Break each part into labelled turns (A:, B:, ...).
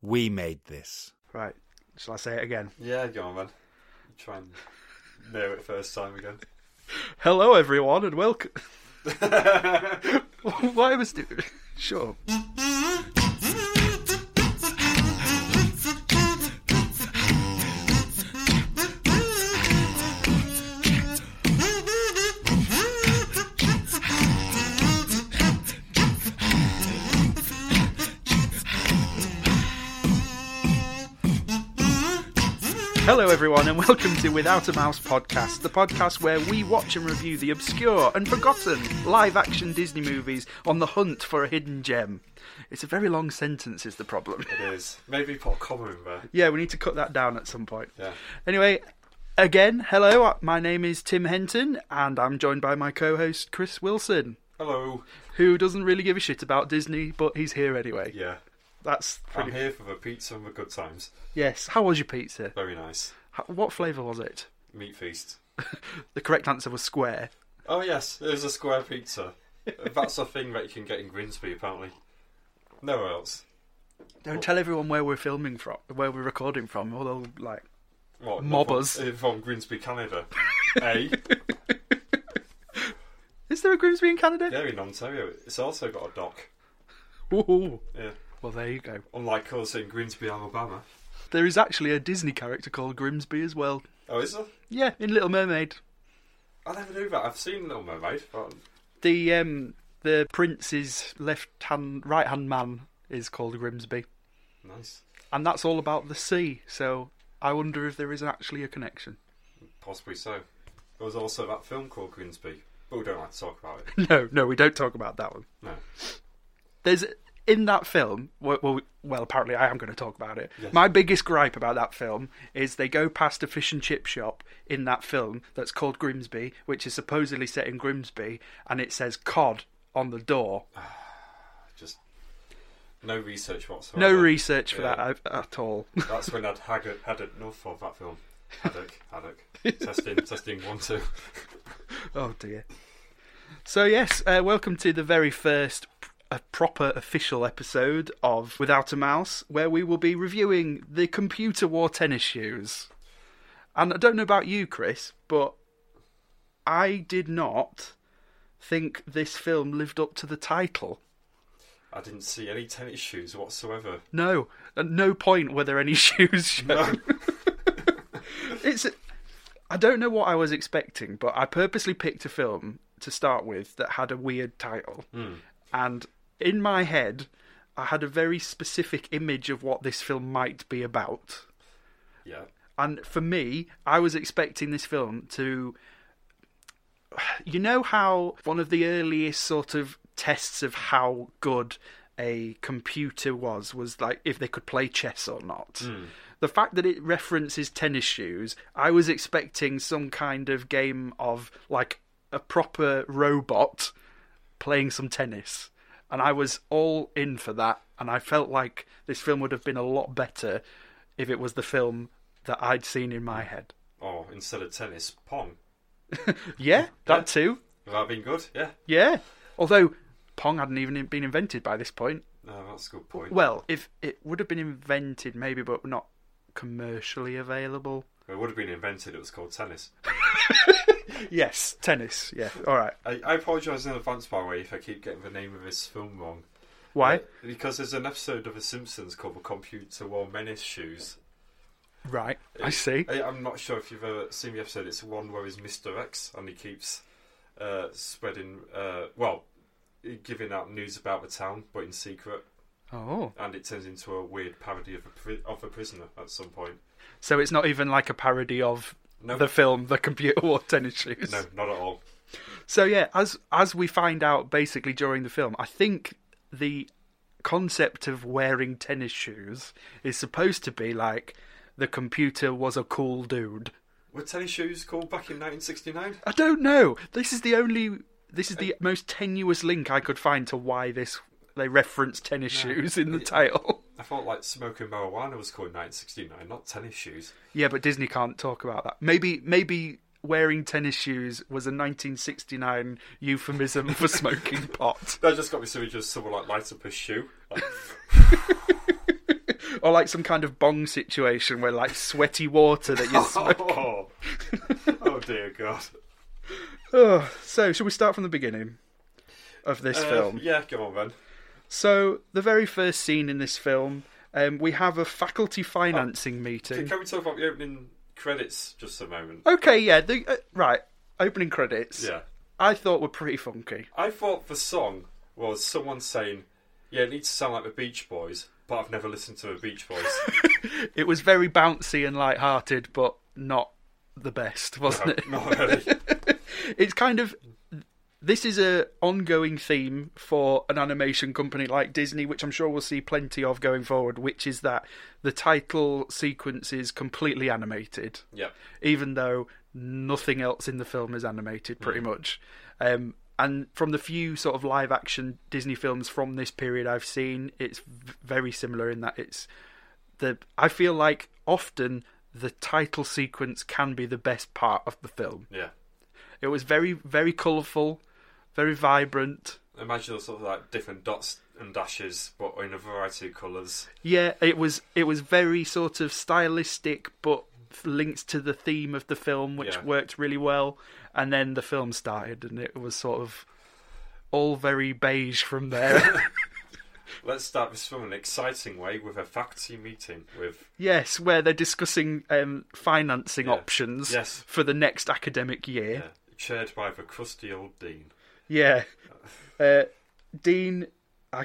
A: We made this.
B: Right. Shall I say it again?
C: Yeah, go on, man. Try and know it first time again.
B: Hello, everyone, and welcome. Why was it? Sure. Hello, everyone, and welcome to Without a Mouse podcast, the podcast where we watch and review the obscure and forgotten live action Disney movies on the hunt for a hidden gem. It's a very long sentence, is the problem.
C: It is. Maybe put a comma in there.
B: yeah, we need to cut that down at some point.
C: Yeah.
B: Anyway, again, hello, uh, my name is Tim Henton, and I'm joined by my co host, Chris Wilson,
C: Hello.
B: who doesn't really give a shit about Disney, but he's here anyway.
C: Yeah.
B: That's
C: I'm
B: pretty.
C: here for the pizza and the good times.
B: Yes. How was your pizza?
C: Very nice.
B: How- What flavour was it?
C: Meat feast.
B: The correct answer was square.
C: Oh, yes, it was a square pizza. That's a thing that you can get in Grimsby, apparently. Nowhere else.
B: Don't tell everyone where we're filming from, where we're recording from, or they'll like.
C: What?
B: Mobbers.
C: From, uh, from Grimsby, Canada. eh?
B: Is there a Grimsby in Canada?
C: Yeah, in Ontario. It's also got a dock.
B: Ooh.
C: Yeah.
B: Well, there you go.
C: Unlike us in Grimsby, Alabama.
B: There is actually a Disney character called Grimsby as well.
C: Oh, is there?
B: Yeah, in Little Mermaid,
C: I never knew that. I've seen Little Mermaid, but
B: the um the prince's left hand, right hand man is called Grimsby,
C: nice.
B: and that's all about the sea. So I wonder if there is actually a connection.
C: Possibly so. There was also that film called Grimsby, but we don't like to talk about it.
B: No, no, we don't talk about that one.
C: No.
B: there's in that film well, well, well apparently i am going to talk about it
C: Yes.
B: my biggest gripe about that film is they go past a fish and chip shop in that film that's called grimsby which is supposedly set in grimsby and it says cod on the door
C: Just no research whatsoever.
B: no research for
C: Uh-huh. Yeah.
B: that a- at all
C: That's when I'd had, it- had enough of that film. Haddock, Haddock. testing, testing, one, two.
B: oh dear so yes uh, welcome to the very first p- a proper official episode of Without a Mouse, where we will be reviewing the computer war tennis shoes. And I don't know about you, Chris, but I did not think this film lived up to the title.
C: I didn't see any tennis shoes whatsoever.
B: No, at no point were there any shoes shown. it's, I don't know what I was expecting, but I purposely picked a film to start with that had a weird title, and in my head, I had a very specific image of what this film might be about.
C: Yeah.
B: And for me, I was expecting this film to. You know how one of the earliest sort of tests of how good a computer was was like if they could play chess or not. The fact that it references tennis shoes, I was expecting some kind of game of like a proper robot playing some tennis. And I was all in for that. And I felt like this film would have been a lot better if it was the film that I'd seen in my head.
C: Or Oh, instead of tennis, Pong.
B: Yeah, that too.
C: Would that have been good? Yeah.
B: Yeah. Although Pong hadn't even been invented by this point.
C: No, that's a good point.
B: Well, if it would have been invented, maybe, but not commercially available.
C: It would have been invented, it was called tennis.
B: Yes, tennis. Yeah. All right.
C: I, I apologise in advance, by the way, if I keep getting the name of this film wrong.
B: Why?
C: Because there's an episode of The Simpsons called The Computer War Menace Shoes.
B: Right. I see.
C: I, I'm not sure if you've ever seen the episode. It's one where he's Mr. X and he keeps uh, spreading, uh, well, giving out news about the town, but in secret.
B: Oh.
C: And it turns into a weird parody of a, pri- of a prisoner at some point.
B: So it's not even like a parody of
C: No.
B: the film The Computer War Tennis Shoes.
C: No, not at all.
B: So yeah, as as we find out basically during the film, I think the concept of wearing tennis shoes is supposed to be like the computer was a cool dude.
C: Were tennis shoes called back in 1969?
B: I don't know. This is the only this is the most tenuous link I could find to why this they reference tennis shoes in the title.
C: I thought like smoking marijuana was called 1969, not tennis shoes.
B: Yeah, but Disney can't talk about that. Maybe maybe wearing tennis shoes was a 1969 euphemism for smoking pot.
C: That just got me so we just someone like light up a shoe. Like,
B: or like some kind of bong situation where like sweaty water that you smoke.
C: Oh, oh dear God.
B: Ugh. so, should we start from the beginning of this
C: Uh,
B: film?
C: Yeah, come on then.
B: So, the very first scene in this film, um, we have a faculty financing meeting.
C: Can, can we talk about the opening credits just a moment?
B: Okay, yeah. The, uh, right, opening credits.
C: Yeah.
B: I thought were pretty funky.
C: I thought the song was someone saying, "Yeah, it needs to sound like the Beach Boys," but I've never listened to the Beach Boys.
B: It was very bouncy and light-hearted, but not the best, wasn't it?
C: Not really.
B: It's kind of this is a ongoing theme for an animation company like Disney, which I'm sure we'll see plenty of going forward, which is that the title sequence is completely animated.
C: Yeah.
B: even though nothing else in the film is animated pretty much. Um, and from the few sort of live action Disney films from this period I've seen, it's v- very similar in that it's the I feel like often the title sequence can be the best part of the film.
C: Yeah.
B: It was very very colourful, very vibrant.
C: Imagine all sort of like different dots and dashes, but in a variety of colours.
B: Yeah, it was it was very sort of stylistic, but linked to the theme of the film, which
C: Yeah.
B: worked really well. And then the film started, and it was sort of all very beige from there.
C: Let's start this from an exciting way with a faculty meeting with
B: yes, where they're discussing um, financing options
C: Yes.
B: for the next academic year.
C: uh, chaired by the crusty old dean.
B: Yeah, Uh, Dean. I,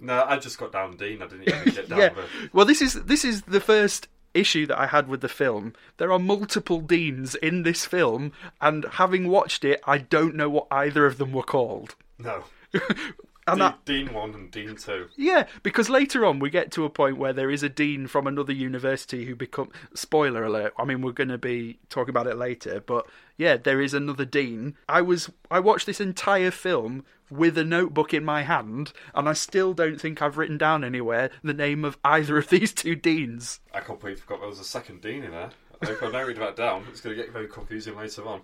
C: No, I just got down Dean. I didn't even get down.
B: yeah.
C: the-
B: Well, this is this is the first issue that I had with the film. There are multiple deans in this film, and having watched it, I don't know what either of them were called.
C: No.
B: And
C: Dean,
B: that,
C: Dean one and Dean two.
B: yeah, because later on we get to a point where there is a dean from another university who become spoiler alert. I mean, we're going to be talking about it later, but yeah, there is another dean. I was I watched this entire film with a notebook in my hand, and I still don't think I've written down anywhere the name of either of these two deans.
C: I completely forgot there was a second Dean in there. I hope I narrowed that down. It's going to get very confusing later on.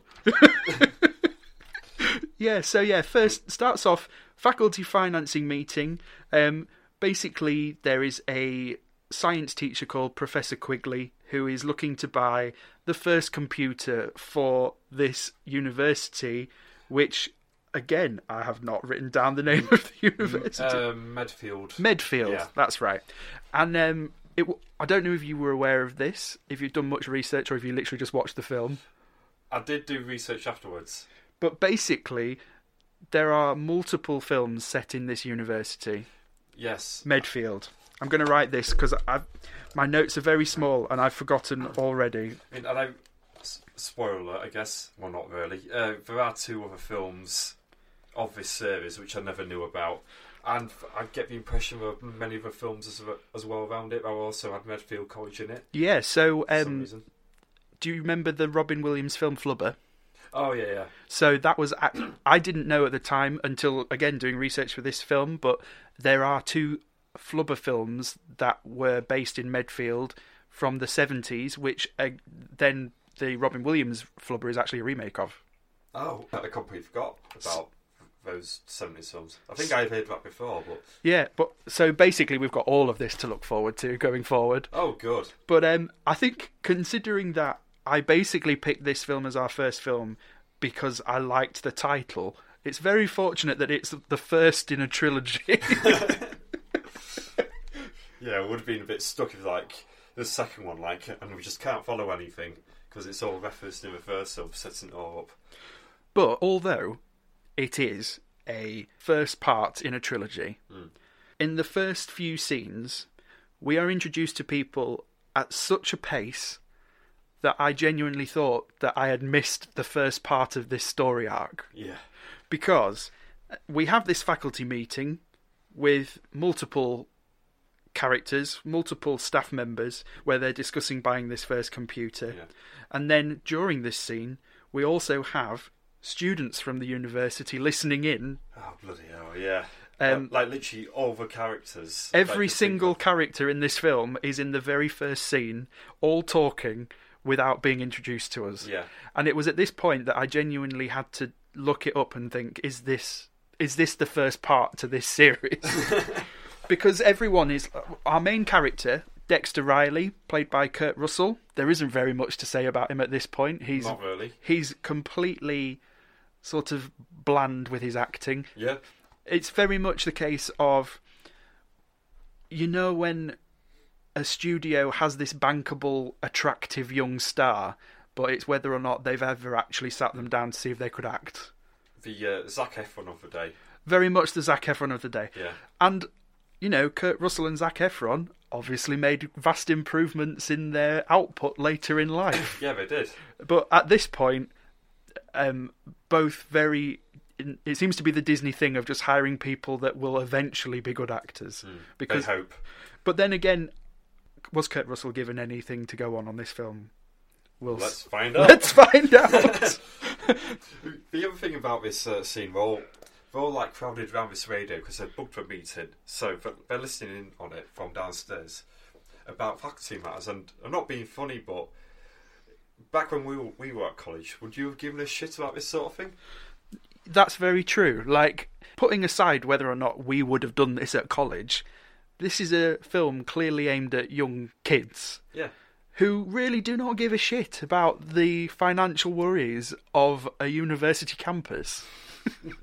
B: Yeah, so yeah, first starts off faculty financing meeting. Um, basically, there is a science teacher called Professor Quigley who is looking to buy the first computer for this university, which, again, I have not written down the name of the university.
C: Um, Medfield.
B: Medfield,
C: yeah.
B: that's right. And um, it, w- I don't know if you were aware of this, if you've done much research or if you literally just watched the film.
C: I did do research afterwards.
B: But basically, there are multiple films set in this university,
C: Yes.
B: Medfield. I'm going to write this because I've my notes are very small and I've forgotten already.
C: I mean, and I. s- Spoiler, alert, I guess. Well, not really. Uh, there are two other films of this series which I never knew about. And f- I get the impression there were many other films as, as well around it that also had Medfield College in it
B: Yeah. So,
C: for some
B: um,
C: reason.
B: do you remember the Robin Williams film Flubber?
C: Oh, yeah, yeah.
B: So that was ac- I didn't know at the time until again doing research for this film, but there are two flubber films that were based in Medfield from the 70s which uh, then the Robin Williams flubber is actually a remake of.
C: Oh, I completely forgot about those 70s films. I think I've heard that before, but.
B: Yeah, but so basically we've got all of this to look forward to going forward.
C: Oh, good.
B: But um I think considering that I basically picked this film as our first film because I liked the title, it's very fortunate that it's the first in a trilogy.
C: Yeah, it would have been a bit stuck if like the second one, like, and we just can't follow anything because it's all referenced in reverse of setting it all up.
B: but although it is a first part in a trilogy, in the first few scenes we are introduced to people at such a pace that I genuinely thought that I had missed the first part of this story arc.
C: Yeah,
B: because uh, we have this faculty meeting with multiple characters, multiple staff members, where they're discussing buying this first computer.
C: Yeah.
B: And then during this scene, we also have students from the university listening in.
C: oh bloody hell, yeah. Uh,
B: Um,
C: like, like, literally all the characters. that
B: Every
C: you think
B: single
C: of.
B: character in this film is in the very first scene, all talking without being introduced to us.
C: Yeah,
B: And it was at this point that I genuinely had to look it up and think, is this is this the first part to this series? because everyone is our main character, Dexter Riley, played by Kurt Russell. There isn't very much to say about him at this point. He's
C: Not really.
B: he's completely sort of bland with his acting.
C: Yeah.
B: It's very much the case of you know when a studio has this bankable, attractive young star, but it's whether or not they've ever actually sat them down to see if they could act.
C: The uh, Zac Efron of the day.
B: Very much the Zac Efron of the day.
C: Yeah.
B: And, you know, Kurt Russell and Zac Efron obviously made vast improvements in their output later in life.
C: Yeah, they did.
B: but at this point, um, both very. It seems to be the Disney thing of just hiring people that will eventually be good actors.
C: Hmm. They
B: Because,
C: hope.
B: but then again, was Kurt Russell given anything to go on on this film? We'll s-
C: Let's find out.
B: let's find out.
C: The other thing about this uh, scene, we're all, we're all like crowded around this radio because they're booked for a meeting, so th- they're listening in on it from downstairs about faculty matters. And I'm not being funny, but back when we were, we were at college, would you have given a shit about this sort of thing?
B: That's very true. Like, putting aside whether or not we would have done this at college, this is a film clearly aimed at young kids
C: Yeah,
B: who really do not give a shit about the financial worries of a university campus.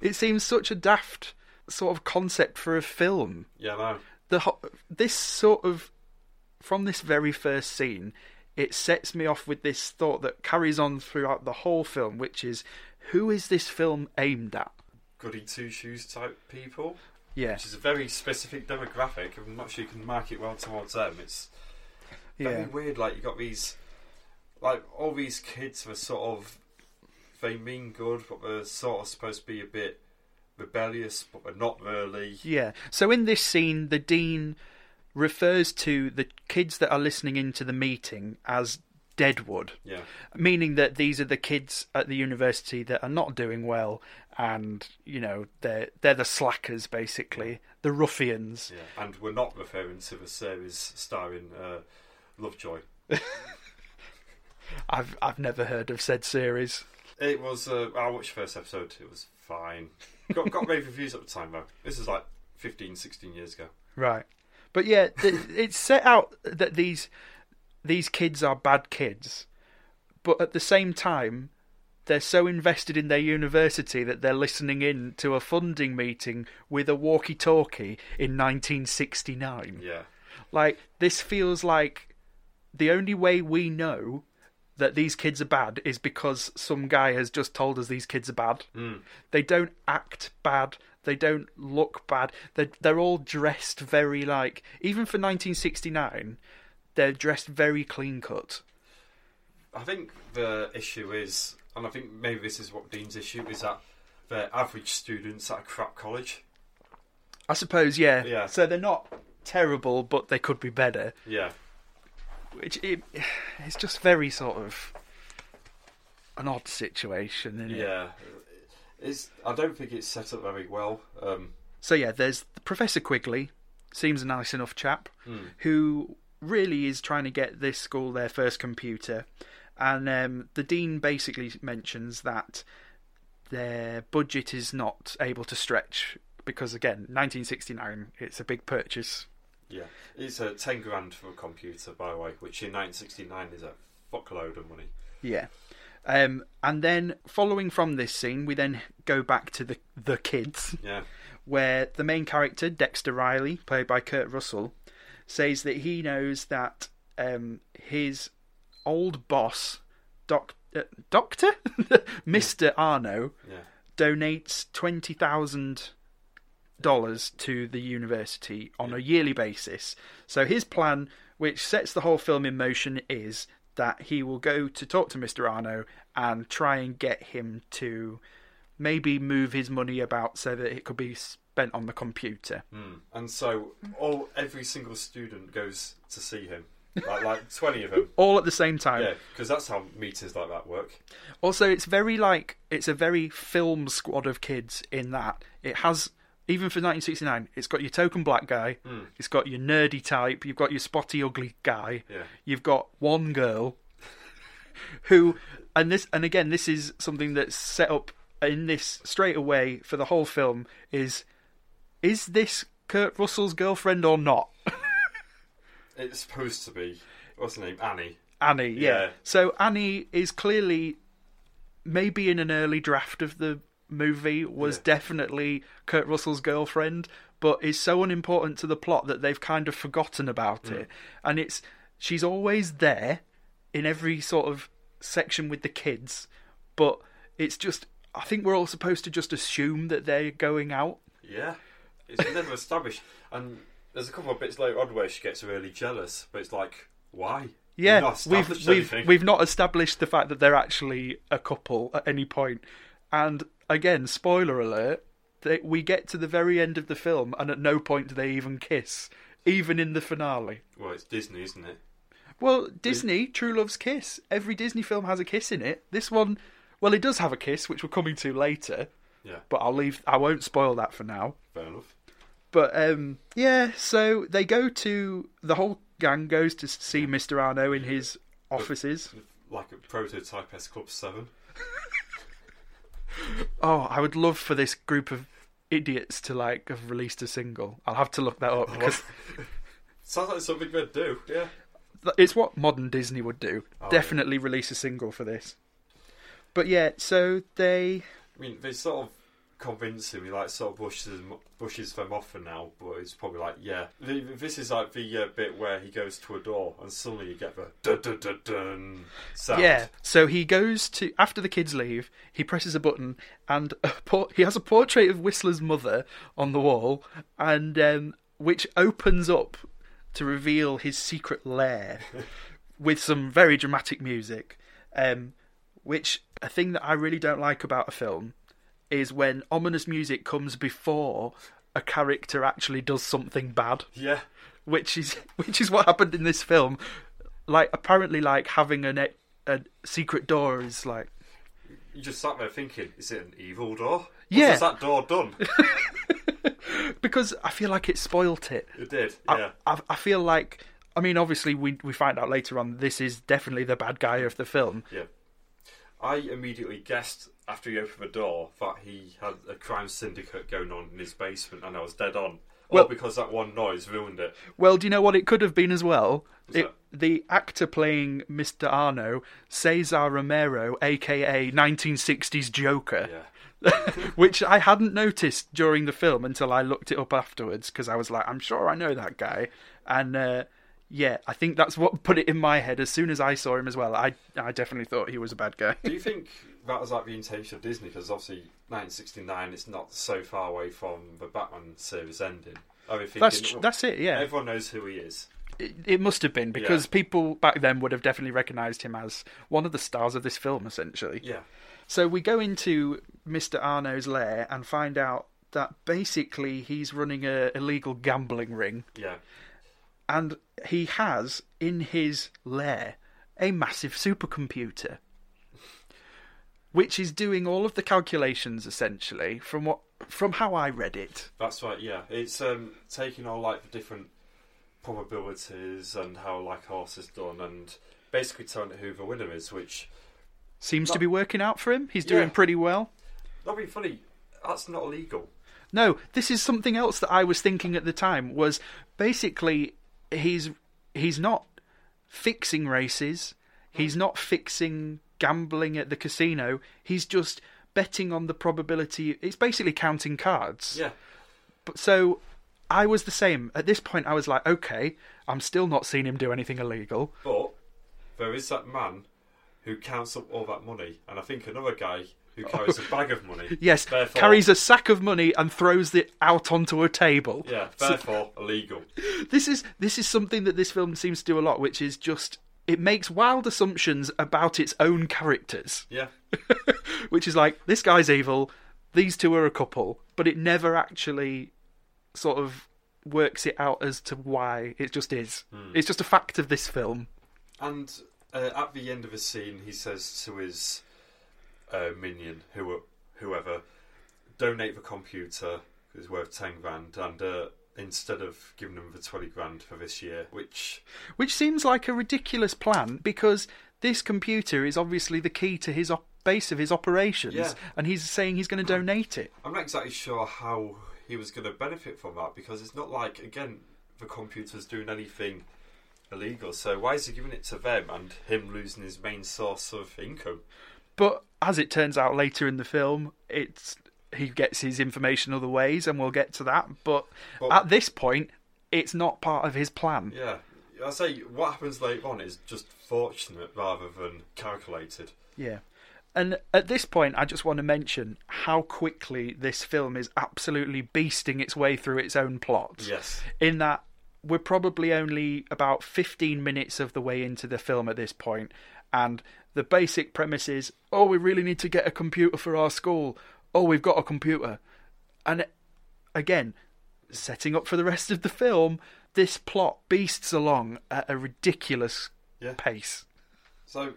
B: it seems such a daft sort of concept for a film
C: yeah, no,
B: the ho- this sort of from this very first scene it sets me off with this thought that carries on throughout the whole film which is who is this film aimed at
C: goody two shoes type people,
B: yeah
C: which is a very specific demographic. I'm not sure you can market well towards them. It's very
B: yeah
C: weird. Like you got these, like all these kids were sort of, they mean good, but they're sort of supposed to be a bit rebellious, but they're not really.
B: yeah so in this scene the dean refers to the kids that are listening into the meeting as deadwood
C: Yeah,
B: meaning that these are the kids at the university that are not doing well and you know they're they're the slackers basically the ruffians
C: yeah. And we're not referring to the series starring uh, Lovejoy.
B: i've i've never heard of said series
C: It was. Uh, I watched the first episode. It was fine. Got got rave reviews at the time though. This is like 15, 16 years ago.
B: Right. But yeah, th- it's set out that these these kids are bad kids, but at the same time, they're so invested in their university that they're listening in to a funding meeting with a walkie-talkie in 1969.
C: Yeah.
B: Like this feels like the only way we know that these kids are bad is because some guy has just told us these kids are bad. They don't act bad. They don't look bad. They they're all dressed very like even for 1969, they're dressed very clean cut.
C: I think the issue is, and I think maybe this is what Dean's issue is that they're average students at a crap college.
B: I suppose yeah.
C: Yeah.
B: So they're not terrible, but they could be better.
C: Yeah.
B: Which it, it's just very sort of an odd situation, isn't it?
C: Yeah, it's. I don't think it's set up very well. Um,
B: So yeah, there's Professor Quigley, seems a nice enough chap, who really is trying to get this school their first computer, and um, the dean basically mentions that their budget is not able to stretch because again, 1969, it's a big purchase.
C: yeah, it's uh, ten grand for a computer, by the way, which in 1969 is a fuckload of money.
B: Yeah. Um, and then following from this scene, we then go back to the the kids.
C: Yeah,
B: where the main character Dexter Riley, played by Kurt Russell, says that he knows that um, his old boss, doc- uh, Doctor Mister Arno,
C: yeah,
B: donates twenty thousand dollars to the university on a yearly basis. So his plan, which sets the whole film in motion, is that he will go to talk to Mr. Arno and try and get him to maybe move his money about so that it could be spent on the computer.
C: mm. and so all every single student goes to see him, like like 20 of them.
B: All at the same time.
C: Yeah, because that's how meetings like that work.
B: Also, it's very like it's a very film squad of kids in that it has even for 1969. It's got your token black guy, it's got your nerdy type, you've got your spotty ugly guy,
C: Yeah.
B: you've got one girl who, and this and again, this is something that's set up in this straight away for the whole film is is this Kurt Russell's girlfriend or not?
C: It's supposed to be what's her name, Annie.
B: Annie, yeah.
C: Yeah.
B: So Annie is clearly maybe in an early draft of the movie was
C: Yeah.
B: definitely Kurt Russell's girlfriend, but is so unimportant to the plot that they've kind of forgotten about it. And it's she's always there in every sort of section with the kids, but it's just I think we're all supposed to just assume that they're going out.
C: Yeah, it's never established. And there's a couple of bits later on where she gets really jealous, but it's like, why? You've
B: Yeah,
C: not
B: we've
C: established
B: we've
C: anything.
B: we've not established the fact that they're actually a couple at any point. And again, spoiler alert: they, we get to the very end of the film, and at no point do they even kiss, even in the finale.
C: Well, it's Disney, isn't it?
B: Well, Disney True Love's kiss. Every Disney film has a kiss in it. This one, well, it does have a kiss, which we're coming to later.
C: Yeah,
B: But I'll leave. I won't spoil that for now.
C: fair enough.
B: But um, yeah, so they go to the whole gang goes to see Mr. Arno in his offices.
C: Like a prototype S Club Seven.
B: Oh, I would love for this group of idiots to like have released a single. I'll have to look that up because
C: Sounds like something they'd do. Yeah.
B: th- it's what modern Disney would do.
C: Oh,
B: Definitely release a single for this. But yeah, so they
C: I mean, they sort of convince him. He like sort of bushes them, bushes them off for now, but it's probably like, yeah, The- this is like the uh, bit where he goes to a door and suddenly you get the dun dun dun dun sound.
B: yeah, so he goes to after the kids leave, he presses a button and a por- he has a portrait of Whistler's mother on the wall and um, which opens up to reveal his secret lair with some very dramatic music. Um, which a thing that I really don't like about a film is when ominous music comes before a character actually does something bad
C: yeah.
B: which is which is what happened in this film. Like apparently, like having a net, a secret door is like
C: You just sat there thinking, is it an evil door? What
B: Yeah.
C: has that door done?
B: because I feel like it spoilt it.
C: it did.
B: I-
C: Yeah.
B: I, I feel like I mean, obviously we we find out later on this is definitely the bad guy of the film.
C: Yeah. I immediately guessed after he opened the door that he had a crime syndicate going on in his basement, and I was dead on. Well,
B: Well-
C: All because that one noise ruined it.
B: Well, do you know what it could have been as well? It,
C: that?
B: the actor playing Mr. Arno, Cesar Romero, aka 1960s Joker.
C: Yeah.
B: which I hadn't noticed during the film until I looked it up afterwards because I was like, I'm sure I know that guy, and uh, yeah, I think that's what put it in my head as soon as I saw him as well. I I definitely thought he was a bad guy.
C: Do you think that was like the intention of Disney? Because obviously, 1969 is not so far away from the Batman series ending. Are we thinking,
B: That's
C: well,
B: that's it. Yeah,
C: everyone knows who he is?
B: it, it must have been because people back then would have definitely recognised him as one of the stars of this film, essentially.
C: Yeah,
B: So we go into Mr. Arno's lair and find out that basically he's running a illegal gambling ring.
C: yeah.
B: and he has in his lair a massive supercomputer which is doing all of the calculations essentially from what from how i read it
C: That's right. Yeah, it's um, taking all like the different probabilities and how like horse is done, and basically telling it who the winner is, which
B: seems to be working out for him he's doing
C: Yeah.
B: pretty well
C: that'd be funny. That's not illegal.
B: no this is something else that i was thinking at the time was basically he's he's not fixing races he's not fixing gambling at the casino he's just betting on the probability it's basically counting cards
C: Yeah,
B: But so I was the same. At this point, I was like, okay, I'm still not seeing him do anything illegal.
C: but there is that man who counts up all that money, and I think another guy who carries a bag of money.
B: Yes,
C: Therefore-
B: carries a sack of money and throws it out onto a table.
C: Yeah,
B: So
C: therefore illegal.
B: this is this is something that this film seems to do a lot, which is just it makes wild assumptions about its own characters,
C: Yeah,
B: which is like this guy's evil, these two are a couple, but it never actually sort of works it out as to why. It just is. It's just a fact of this film.
C: and uh, at the end of a scene, he says to his uh, minion, who whoever, donate the computer. It's worth ten grand, and uh, instead of giving them the twenty grand for this year, which
B: which seems like a ridiculous plan because this computer is obviously the key to his op- base of his operations,
C: Yeah.
B: and he's saying he's going to donate it.
C: I'm not exactly sure how he was going to benefit from that because it's not like again the computer's doing anything illegal. So why is he giving it to them and him losing his main source of income?
B: But as it turns out later in the film, it's he gets his information other ways, and we'll get to that. But
C: But-
B: at this point, it's not part of his plan.
C: Yeah, I say what happens later on is just fortunate rather than calculated.
B: Yeah. And at this point, I just want to mention how quickly this film is absolutely beasting its way through its own plot.
C: Yes.
B: In that we're probably only about 15 minutes of the way into the film at this point, and the basic premise is oh, we really need to get a computer for our school. Oh, we've got a computer. And again, setting up for the rest of the film, this plot beasts along at a ridiculous
C: Yeah.
B: pace.
C: So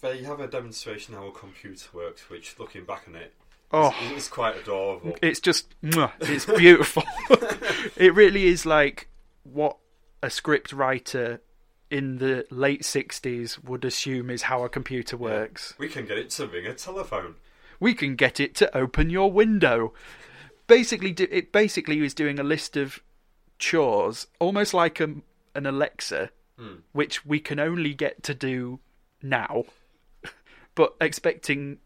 C: they have a demonstration how a computer works, which looking back on it,
B: Oh.
C: is, is quite adorable.
B: it's just mwah, it's beautiful it really is like what a script writer in the late 60s would assume is how a computer works
C: We can get it to ring a telephone.
B: we can get it to open your window basically do, it basically is doing a list of chores almost like a, an alexa which we can only get to do now but expecting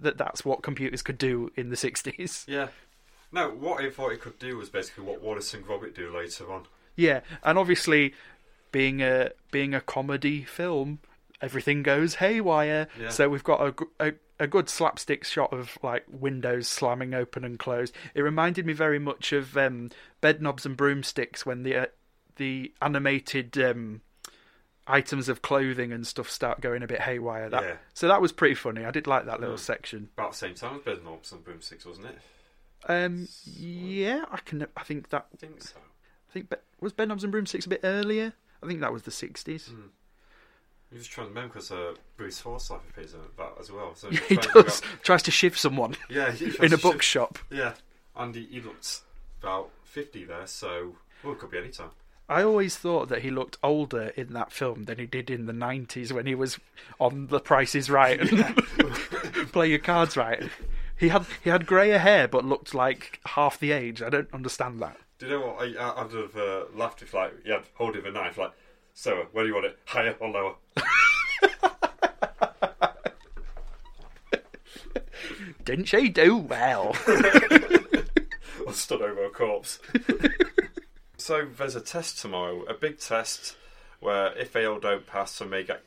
B: that that's what computers could do in the 60s
C: Yeah. No, what it thought it could do was basically what Wallace and Gromit do later on.
B: Yeah, and obviously, being a being a comedy film, everything goes haywire.
C: Yeah.
B: So we've got a, gr- a a good slapstick shot of like windows slamming open and closed. It reminded me very much of um, Bed Knobs and Broomsticks when the uh, the animated um, items of clothing and stuff start going a bit haywire. That,
C: Yeah. Hmm.
B: So that was pretty funny. I did like that little section.
C: About the same time as Bed Knobs and Broomsticks, wasn't it?
B: Um, yeah, I can. I think that
C: I think so.
B: I think Be- was Bed Knobs and Broomsticks a bit earlier. I think that was the sixties.
C: I'm just trying to remember because uh, Bruce Forsyth appears in that as well. So
B: he does tries to shift someone
C: Yeah, he tries
B: in a
C: to shift-
B: bookshop.
C: Yeah, and he, he looks about 50 there, so well, it could be any time.
B: I always thought that he looked older in that film than he did in the nineties when he was on The Price Is Right and Play Your Cards Right. He had he had grayer hair but looked like half the age. I don't understand that.
C: Do you know what? I, I, I'd have uh, laughed if like he had hold of a knife, like, so where do you want it? Higher or lower?
B: Didn't she do well?
C: or stood over a corpse. so there's a test tomorrow, a big test where if they all don't pass, they may get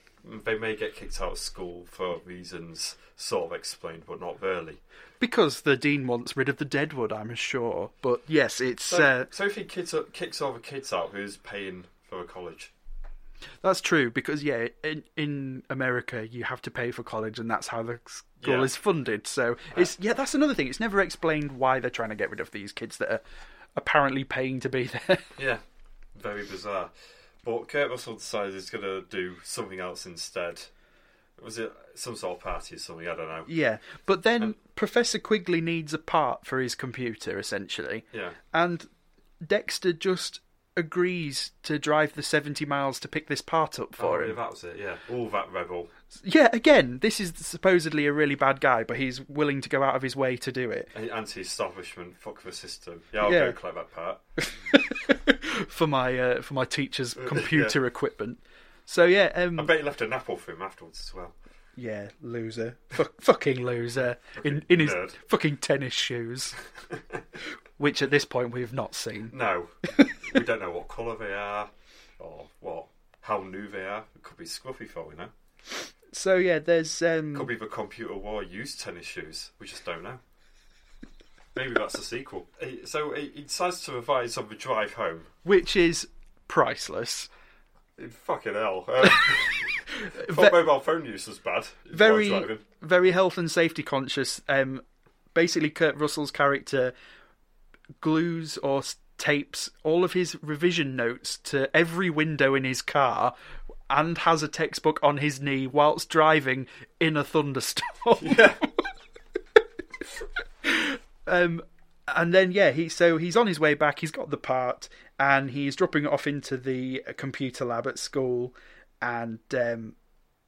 C: they may get kicked out of school for reasons sort of explained, but not really.
B: because the dean wants rid of the deadwood, I'm sure. But yes, it's
C: So,
B: uh,
C: so if he kids up, kicks all the kids out who's paying for a college,
B: That's true because yeah, in in America you have to pay for college and that's how the school
C: Yeah.
B: is funded. So it's yeah, that's another thing. It's never explained why they're trying to get rid of these kids that are apparently paying to be there.
C: yeah, very bizarre. But Kurt Russell decides he's going to do something else instead. Was it some sort of party or something? I don't know.
B: yeah, but then
C: Um,
B: Professor Quigley needs a part for his computer essentially,
C: Yeah.
B: and Dexter just agrees to drive the 70 miles to pick this part up for
C: Oh, yeah,
B: him.
C: that was it. Yeah, all that rebel.
B: Yeah, again, this is supposedly a really bad guy, but he's willing to go out of his way to do it.
C: anti-establishment, fuck the system. Yeah, I'll
B: Yeah.
C: go collect that part.
B: for my uh, for my teacher's computer equipment. So yeah,
C: I
B: um,
C: bet you left an apple for him afterwards as well.
B: yeah, loser, Fuck fucking loser in in his
C: nerd.
B: fucking tennis shoes, which at this point we've not seen.
C: No, we don't know what colour they are or what how new they are. It could be scruffy for all we know.
B: So yeah, there's um,
C: Could be the computer war used tennis shoes. We just don't know. Maybe that's the sequel. He- So he he decides to revise on the drive home.
B: which is priceless.
C: Fucking hell. Um, thought mobile phone use was bad. while
B: very
C: driving.
B: very health and safety conscious. Um, basically, Kurt Russell's character glues or s- tapes all of his revision notes to every window in his car, and has a textbook on his knee whilst driving in a thunderstorm. um, and then yeah, he so he's on his way back. He's got the part, and he's dropping it off into the uh, computer lab at school, and um,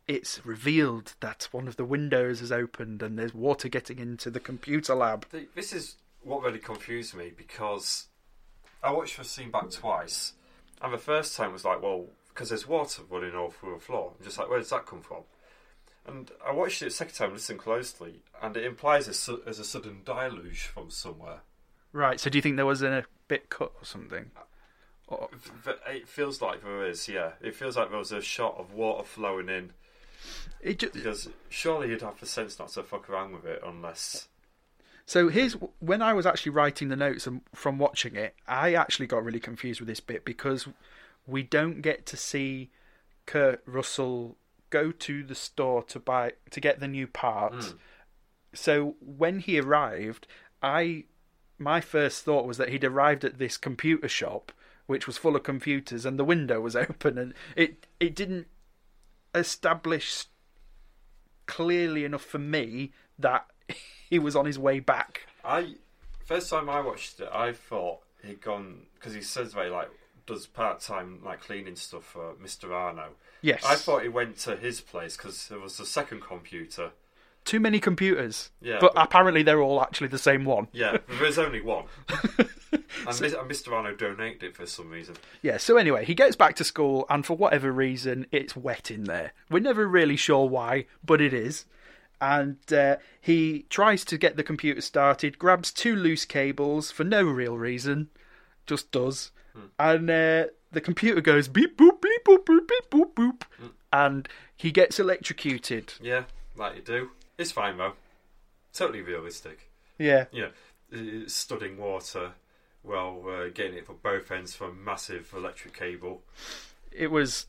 B: it's revealed that one of the windows has opened, and there's water getting into the computer lab.
C: Th- This is what really confused me because I watched the scene back twice, and the first time was like, well, because there's water running all through the floor. I'm just like, where does that come from? And I watched it the second time, listened closely, and it implies a su- there's a sudden deluge from somewhere.
B: Right. So do you think there was a bit cut or something? Or,
C: But It feels like there is, yeah. It feels like there was a shot of water flowing in
B: it ju-
C: because surely you'd have the sense not to fuck around with it unless.
B: So here's when I was actually writing the notes and from watching it, I actually got really confused with this bit because we don't get to see Kurt Russell go to the store to buy to get the new parts. So when he arrived, I my first thought was that he'd arrived at this computer shop which was full of computers and the window was open and it it didn't establish clearly enough for me that he was on his way back.
C: I first time I watched it, I thought he'd gone because he says they like does part time like cleaning stuff for Mr. Arno.
B: Yes.
C: I thought he went to his place because there was a second computer.
B: too many computers.
C: Yeah,
B: But,
C: but-
B: apparently they're all actually the same one.
C: Yeah, but there's only one. And, Mis- and Mr. Arno donated it for some reason.
B: Yeah, so anyway, he gets back to school and for whatever reason it's wet in there. We're never really sure why, but it is. And uh, he tries to get the computer started, grabs two loose cables for no real reason, just does. And uh, the computer goes beep boop beep boop boop beep boop boop. And he gets electrocuted.
C: Yeah, like you do. It's fine though. Totally realistic.
B: Yeah.
C: You know, uh, studding water while uh, getting it for both ends from a massive electric cable.
B: it was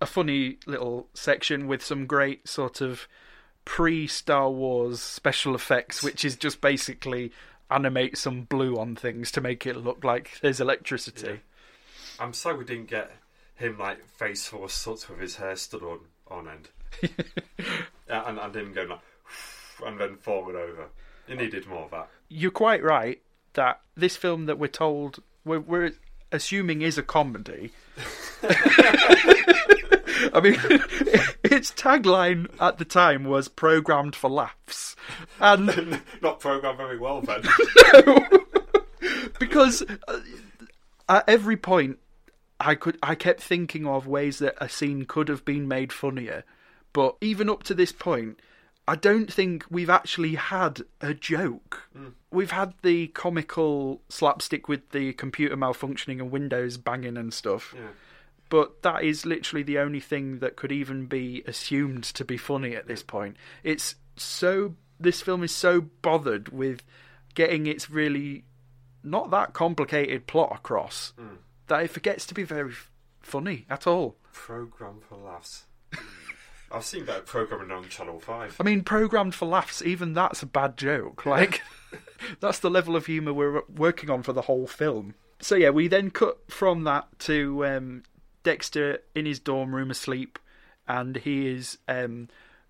B: a funny little section with some great sort of pre Star Wars special effects, which is just basically animate some blue on things to make it look like there's electricity.
C: I'm sad we didn't get him like face full of soot with his hair stood on, on end. Uh, and, and him going like, and then falling over. He needed more of that.
B: You're quite right that this film that we're told we're, we're assuming is a comedy. I mean, its tagline at the time was "programmed for laughs," and
C: Not programmed very well then.
B: because uh, at every point I could I kept thinking of ways that a scene could have been made funnier, but even up to this point, I don't think we've actually had a joke. We've had the comical slapstick with the computer malfunctioning and windows banging and stuff.
C: Yeah.
B: But that is literally the only thing that could even be assumed to be funny at this point. It's so this film is so bothered with getting its really not that complicated plot across that it forgets to be very f- funny at all.
C: Program for laughs. I've seen better programming on Channel 5.
B: I mean, programmed for laughs, even that's a bad joke. Like, that's the level of humour we're working on for the whole film. So, yeah, we then cut from that to um, Dexter in his dorm room asleep, and he is um,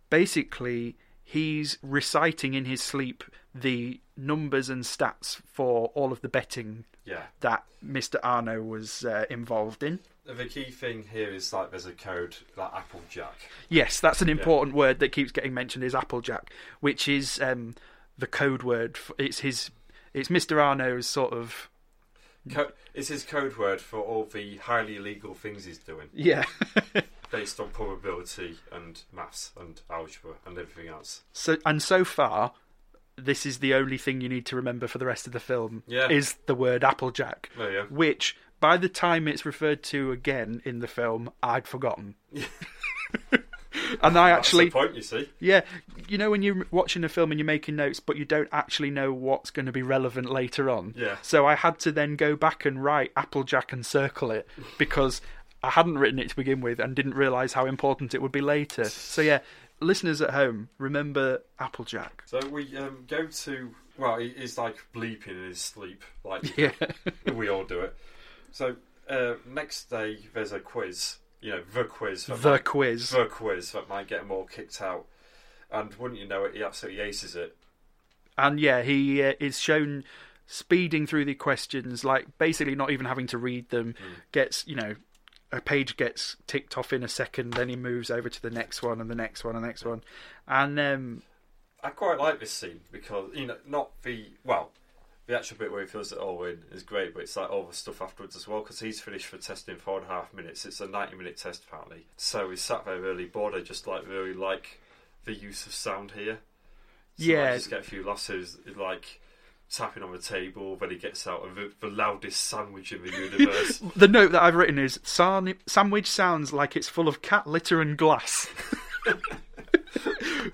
B: basically he's reciting in his sleep the numbers and stats for all of the betting
C: Yeah.
B: that Mr. Arno was uh, involved in.
C: The key thing here is like there's a code, like Applejack.
B: Yes, that's an important word that keeps getting mentioned is Applejack, which is um, the code word. For, it's his. It's Mr. Arno's sort of
C: Co- it's his code word for all the highly illegal things he's doing,
B: yeah.
C: based on probability and maths and algebra and everything else.
B: so and so far, this is the only thing you need to remember for the rest of the film.
C: Yeah.
B: is the word Applejack,
C: There you go.
B: which by the time it's referred to again in the film, I'd forgotten. and I actually
C: That's the point, you see.
B: Yeah, you know when you're watching a film and you're making notes, but you don't actually know what's going to be relevant later on.
C: Yeah.
B: So I had to then go back and write Applejack and circle it because I hadn't written it to begin with and didn't realise how important it would be later. So yeah, listeners at home, remember Applejack.
C: So we um, go to well, he, he's like bleeping in his sleep, like
B: Yeah.
C: we all do it. So uh, next day there's a quiz, you know, the quiz, that
B: the
C: might,
B: quiz.
C: the quiz that might get him all kicked out. And wouldn't you know it, he absolutely aces it.
B: And yeah, he uh, is shown speeding through the questions, like basically not even having to read them. Gets, you know, a page gets ticked off in a second, then he moves over to the next one and the next one and the next one. And um,
C: I quite like this scene because you know, not the well, the- the actual bit where he fills it all in is great, but it's like all the stuff afterwards as well because he's finished for testing four and a half minutes. It's a ninety-minute test apparently, so he sat there really bored. I just like really like the use of sound here. So, like,
B: Yeah.
C: just get a few lassos like tapping on the table. Then he gets out and the, the loudest sandwich in the universe.
B: The note that I've written is "Sarn- sandwich sounds like it's full of cat litter and glass.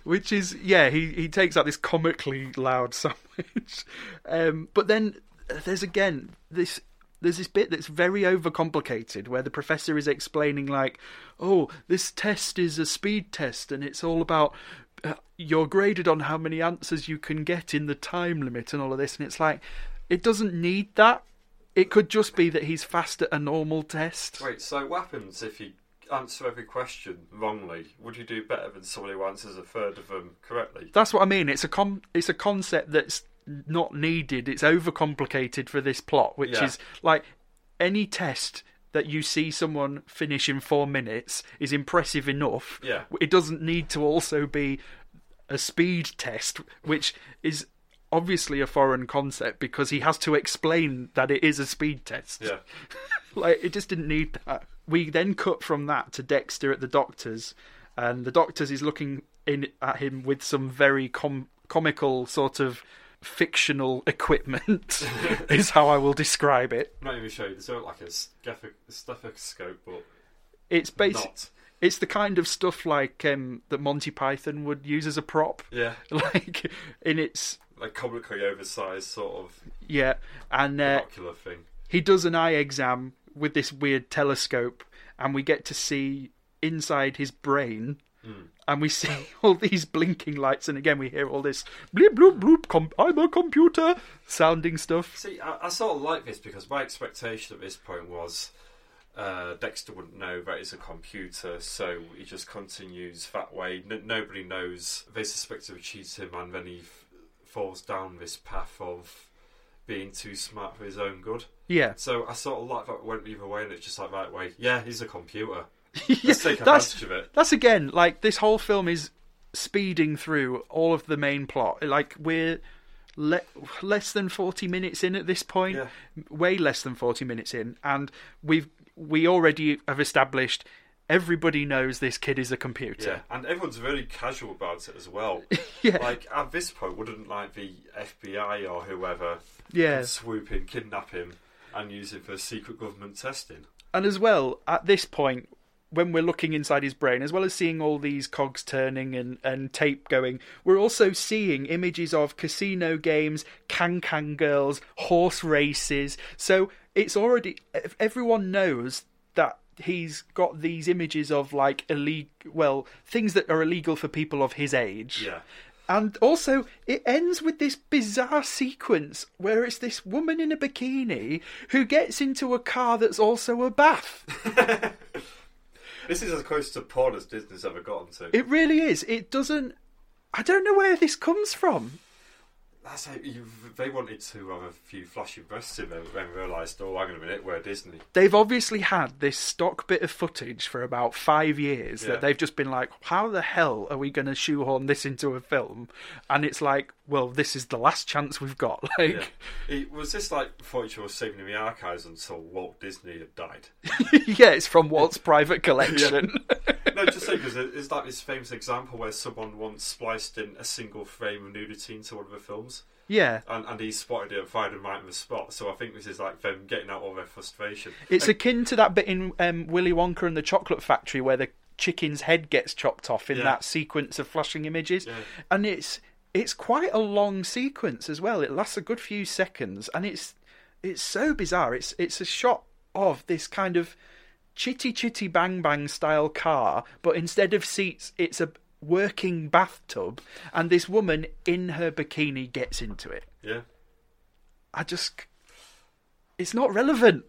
B: Which is yeah, he, he takes out this comically loud sandwich. Um, but then there's again this there's this bit that's very overcomplicated where the professor is explaining like, oh, this test is a speed test and it's all about uh, you're graded on how many answers you can get in the time limit and all of this and it's like it doesn't need that. It could just be that he's fast at a normal test.
C: Wait, so what happens if you answer every question wrongly? Would you do better than somebody who answers a third of them correctly?
B: That's what I mean. It's a com- it's a concept that's not needed. It's overcomplicated for this plot, which
C: Yeah.
B: is like any test that you see someone finish in four minutes is impressive enough.
C: Yeah.
B: It doesn't need to also be a speed test, which is obviously a foreign concept because he has to explain that it is a speed test.
C: Yeah.
B: like it just didn't need that. We then cut from that to Dexter at the doctor's, and the doctor's is looking in at him with some very com- comical sort of fictional equipment, is how I will describe it.
C: I'm not even sure. They don't like a scath- stethoscope, but
B: It's basic.
C: not.
B: It's the kind of stuff like um, that Monty Python would use as a prop,
C: Yeah,
B: like in its
C: like comically oversized sort of
B: yeah, and uh,
C: binocular thing.
B: he does an eye exam with this weird telescope, and we get to see inside his brain, and we see all these blinking lights, and again we hear all this bleep bloop bloop. Com- I'm a computer sounding stuff.
C: See, I, I sort of like this because my expectation at this point was uh, Dexter wouldn't know that it's a computer, so he just continues that way. N- nobody knows. They suspect of cheats him, and then he f- falls down this path of being too smart for his own good.
B: Yeah,
C: So I sort of like that it went either way, and it's just like right way. Yeah, he's a computer.
B: Yeah,
C: Let's take
B: that's-
C: advantage of it.
B: that's again like this whole film is speeding through all of the main plot. Like we're le- less than forty minutes in at this point,
C: Yeah.
B: way less than forty minutes in, and we've we already have established everybody knows this kid is a
C: Yeah,
B: computer.
C: and everyone's really casual about it as well.
B: Yeah.
C: Like at this point, wouldn't like the FBI or whoever
B: Yeah.
C: swoop in, kidnap him, and use him for secret government testing?
B: And as well, at this point, when we're looking inside his brain, as well as seeing all these cogs turning and, and tape going, we're also seeing images of casino games, can can girls, horse races. So it's already, ev- everyone knows that he's got these images of like illegal, well, things that are illegal for people of his age.
C: Yeah.
B: And also, it ends with this bizarre sequence where it's this woman in a bikini who gets into a car that's also a bath.
C: This is as close to porn as Disney's ever gotten to.
B: It really is. It doesn't. I don't know where this comes from.
C: That's how you, they wanted to have a few flashy breasts in there, but then realised, oh, hang on a minute, we're Disney.
B: They've obviously had this stock bit of footage for about five years
C: Yeah.
B: that they've just been like, how the hell are we going to shoehorn this into a film? And it's like, well, this is the last chance we've got. Like,
C: Yeah. It was this like footage was saving in the archives until Walt Disney had died.
B: yeah, it's from Walt's private collection.
C: no, just say because it's like this famous example where someone once spliced in a single frame of nudity into one of the films,
B: yeah.
C: and, and he spotted it and fired him right in the spot. So I think this is like them getting out all their frustration.
B: It's akin to that bit in um, Willy Wonka and the Chocolate Factory where the chicken's head gets chopped off in
C: Yeah.
B: that sequence of flashing images,
C: Yeah.
B: and it's it's quite a long sequence as well. It lasts a good few seconds, and it's it's so bizarre. It's it's a shot of this kind of chitty chitty bang bang style car, but instead of seats, it's a working bathtub, and this woman in her bikini gets into it.
C: yeah,
B: I just it's not relevant.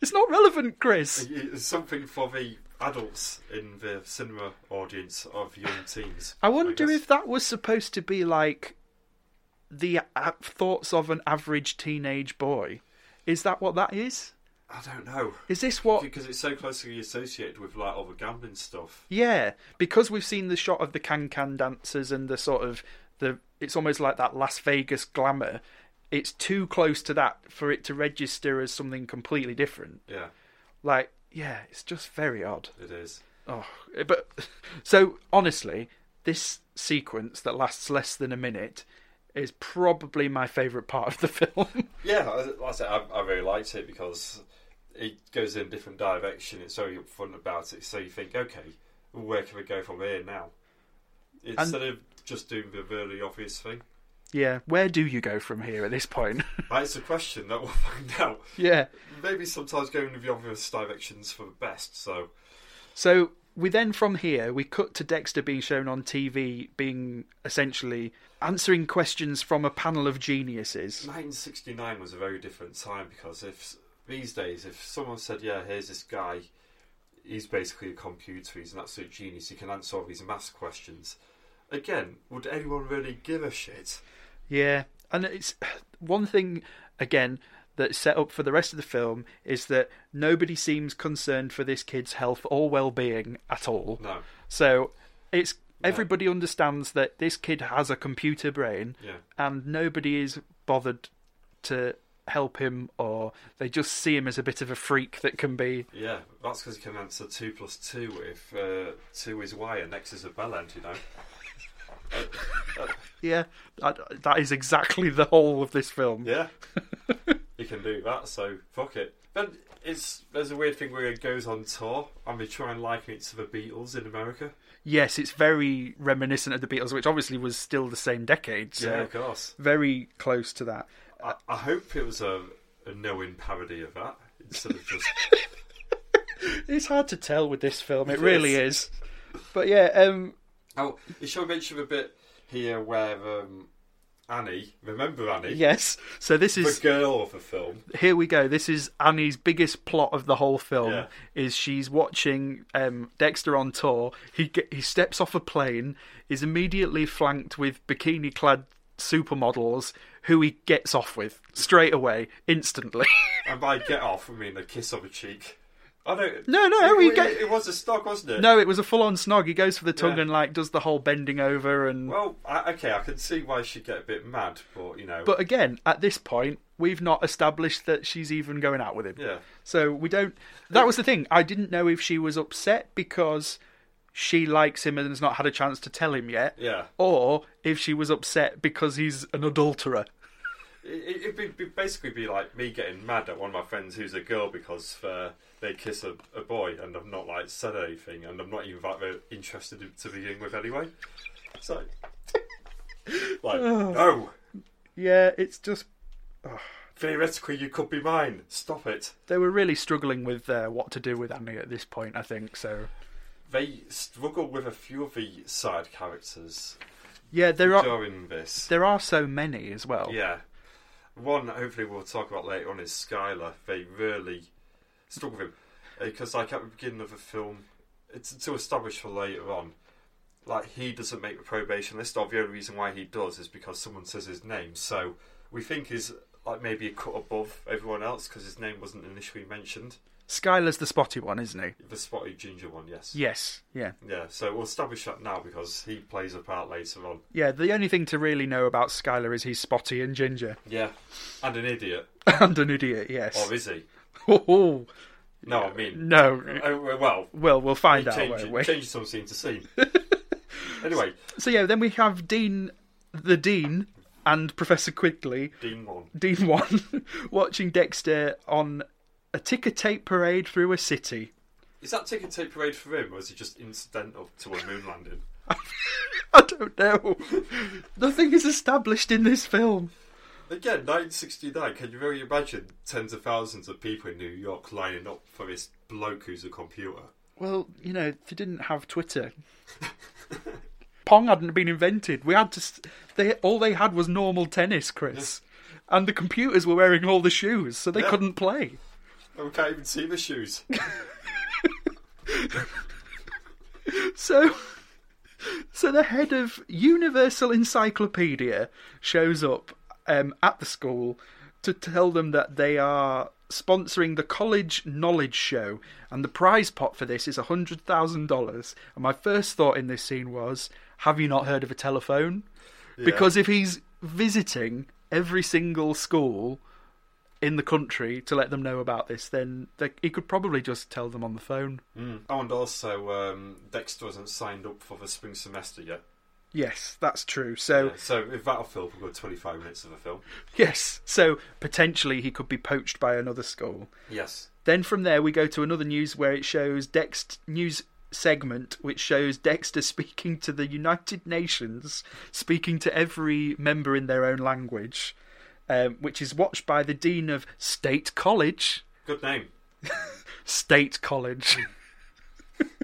B: It's not relevant, Chris.
C: it's something for the adults in the cinema audience of young teens.
B: I wonder
C: guess.
B: if that was supposed to be like the a- thoughts of an average teenage boy. Is that what that is?
C: I don't know
B: Is this what?
C: because it's so closely associated with like all the gambling stuff.
B: Yeah, because we've seen the shot of the can can dancers and the sort of the. It's almost like that Las Vegas glamour. it's too close to that for it to register as something completely different.
C: Yeah,
B: Like, yeah, it's just very odd.
C: it is.
B: Oh, but so honestly, this sequence that lasts less than a minute is probably my favourite part of the film.
C: Yeah, I- like I said, I, I really liked it because it goes in a different direction. It's very upfront about it, so you think, okay, where can we go from here now? Instead of just doing the really obvious thing.
B: yeah, where do you go from here at this point?
C: That's a question that we'll find out.
B: yeah.
C: Maybe sometimes going with the obvious directions for the best. So
B: So we then from here we cut to Dexter being shown on TV being essentially answering questions from a panel of geniuses.
C: 1969 was a very different time because if these days, if someone said, "Yeah, here's this guy, he's basically a computer, he's an absolute genius, he can answer all these maths questions," again, would anyone really give a shit?
B: Yeah. And it's one thing again that's set up for the rest of the film is that nobody seems concerned for this kid's health or well-being at all.
C: No,
B: So it's everybody understands that this kid has a computer brain
C: yeah,
B: and nobody is bothered to help him or they just see him as a bit of a freak that can be
C: yeah. That's because he can answer two plus two if uh, two is y and x is a bell end. You know,
B: yeah that, that is exactly the whole of this film
C: yeah, he can do that. So fuck it. But it's there's a weird thing where it goes on tour and they try and liken it to the Beatles in America.
B: yes it's very reminiscent of the beatles which obviously was still the same decade so
C: Yeah, of course.
B: very close to that
C: I, I hope it was a, a knowing parody of that instead of just
B: it's hard to tell with this film it,
C: It
B: really is but yeah um
C: oh it shall mention a bit here where um, Annie remember Annie
B: yes so this
C: the
B: is
C: girl of the film
B: here we go. This is Annie's biggest plot of the whole film.
C: Yeah.
B: Is she's watching um, Dexter on tour. He ge he steps off a plane. Is immediately flanked with bikini-clad supermodels who he gets off with straight away, instantly.
C: and by get off I mean a kiss on the cheek I don't
B: No, no,
C: it,
B: we
C: it-
B: get-
C: it was a stock wasn't it
B: no, it was a full-on snog. He goes for the tongue
C: Yeah.
B: and like does the whole bending over and.
C: well I, okay I can see why she'd get a bit mad but you know
B: but again, at this point, we've not established that she's even going out with him.
C: yeah
B: So we don't. That was the thing. I didn't know if she was upset because she likes him and has not had a chance to tell him yet,
C: yeah
B: or if she was upset because he's an adulterer.
C: it, it'd be, be basically be like me getting mad at one of my friends who's a girl because uh, they kiss a, a boy and I've not like said anything and I'm not even that very interested in- to begin with anyway. So, like, no,
B: Yeah, it's just
C: theoretically you could be mine. Stop it.
B: they were really struggling with uh, what to do with Annie at this point. I think so.
C: They struggle with a few of the side characters
B: Yeah, there are
C: during this.
B: there are so many as well.
C: Yeah. One, hopefully, we'll talk about later on is Skylar. They really struggle with him. Because, like, at the beginning of the film, it's to establish for later on, like, he doesn't make the probation list, or the only reason why he does is because someone says his name. So, we think he's, like, maybe a cut above everyone else because his name wasn't initially mentioned.
B: Skylar's the spotty one, isn't he?
C: The spotty ginger one, yes.
B: Yes. Yeah.
C: Yeah, so we'll establish that now because he plays a part later on.
B: Yeah. The only thing to really know about Skylar is he's spotty and ginger
C: Yeah. And an idiot.
B: and an idiot. Yes.
C: Or is he?
B: Oh,
C: No, I mean.
B: no.
C: Oh, well,
B: Well, we'll find
C: He
B: out,
C: changed,
B: won't we?
C: changed some scene to scene. anyway,
B: So yeah, then we have Dean, the Dean, and Professor Quigley,
C: Dean won.
B: Dean One, watching Dexter on a ticker tape parade through a city.
C: Is that ticket tape parade for him, or is it just incidental to a moon landing?
B: I don't know. Nothing is established in this film.
C: Again, 1969. Can you really imagine tens of thousands of people in New York lining up for this bloke who's a computer?
B: Well, you know, they didn't have Twitter. Pong hadn't been invented. We had to. s they all they had was normal tennis, Chris, and the computers were wearing all the shoes, so they
C: Yeah.
B: couldn't play.
C: And we can't even see the shoes.
B: So, so the head of Universal Encyclopedia shows up um, at the school to tell them that they are sponsoring the college knowledge show, and the prize pot for this is hundred thousand dollars. And my first thought in this scene was, "Have you not heard of a telephone?" Because if he's visiting every single school in the country to let them know about this, then they, he could probably just tell them on the phone.
C: Mm. Oh, and also, um, Dexter hasn't signed up for the spring semester yet.
B: Yes, that's true. So,
C: Yeah, so if that'll fill for a good 25 minutes of the film.
B: yes, so potentially he could be poached by another school.
C: Yes.
B: Then from there, we go to another news where it shows Dext news segment, which shows Dexter speaking to the United Nations, speaking to every member in their own language, um, which is watched by the dean of State College.
C: Good name.
B: State College.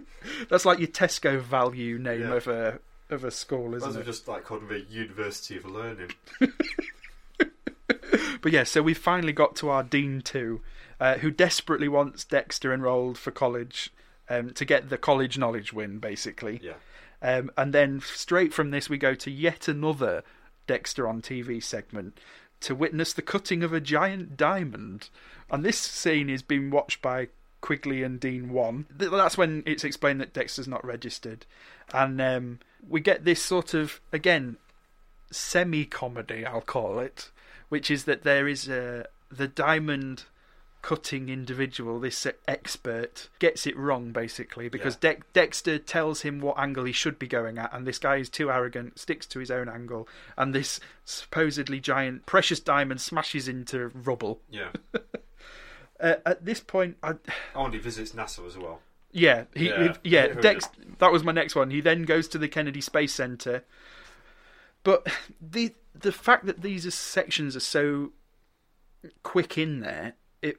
B: That's like your Tesco value name
C: Yeah.
B: of a of a school,
C: Might as
B: isn't
C: well
B: it?
C: just like called the University of Learning.
B: But yeah, so we finally got to our dean too, uh, who desperately wants Dexter enrolled for college um, to get the college knowledge win, basically.
C: Yeah.
B: Um, and then straight from this, we go to yet another Dexter on TV segment to witness the cutting of a giant diamond. And this scene is being watched by Quigley and Dean One. Th- That's when it's explained that Dexter's not registered. And um, we get this sort of, again, semi comedy, I'll call it, which is that there is a, the diamond cutting individual, this expert, gets it wrong basically because Dex Dexter tells him what angle he should be going at, and this guy is too arrogant, sticks to his own angle, and this supposedly giant precious diamond smashes into rubble.
C: Yeah.
B: Uh, at this point, I,
C: oh, and he visits NASA as well.
B: yeah, he, yeah,
C: Yeah.
B: yeah
C: Who
B: Dex. That was my next one. He then goes to the Kennedy Space Center, but the the fact that these are- sections are so quick in there, it,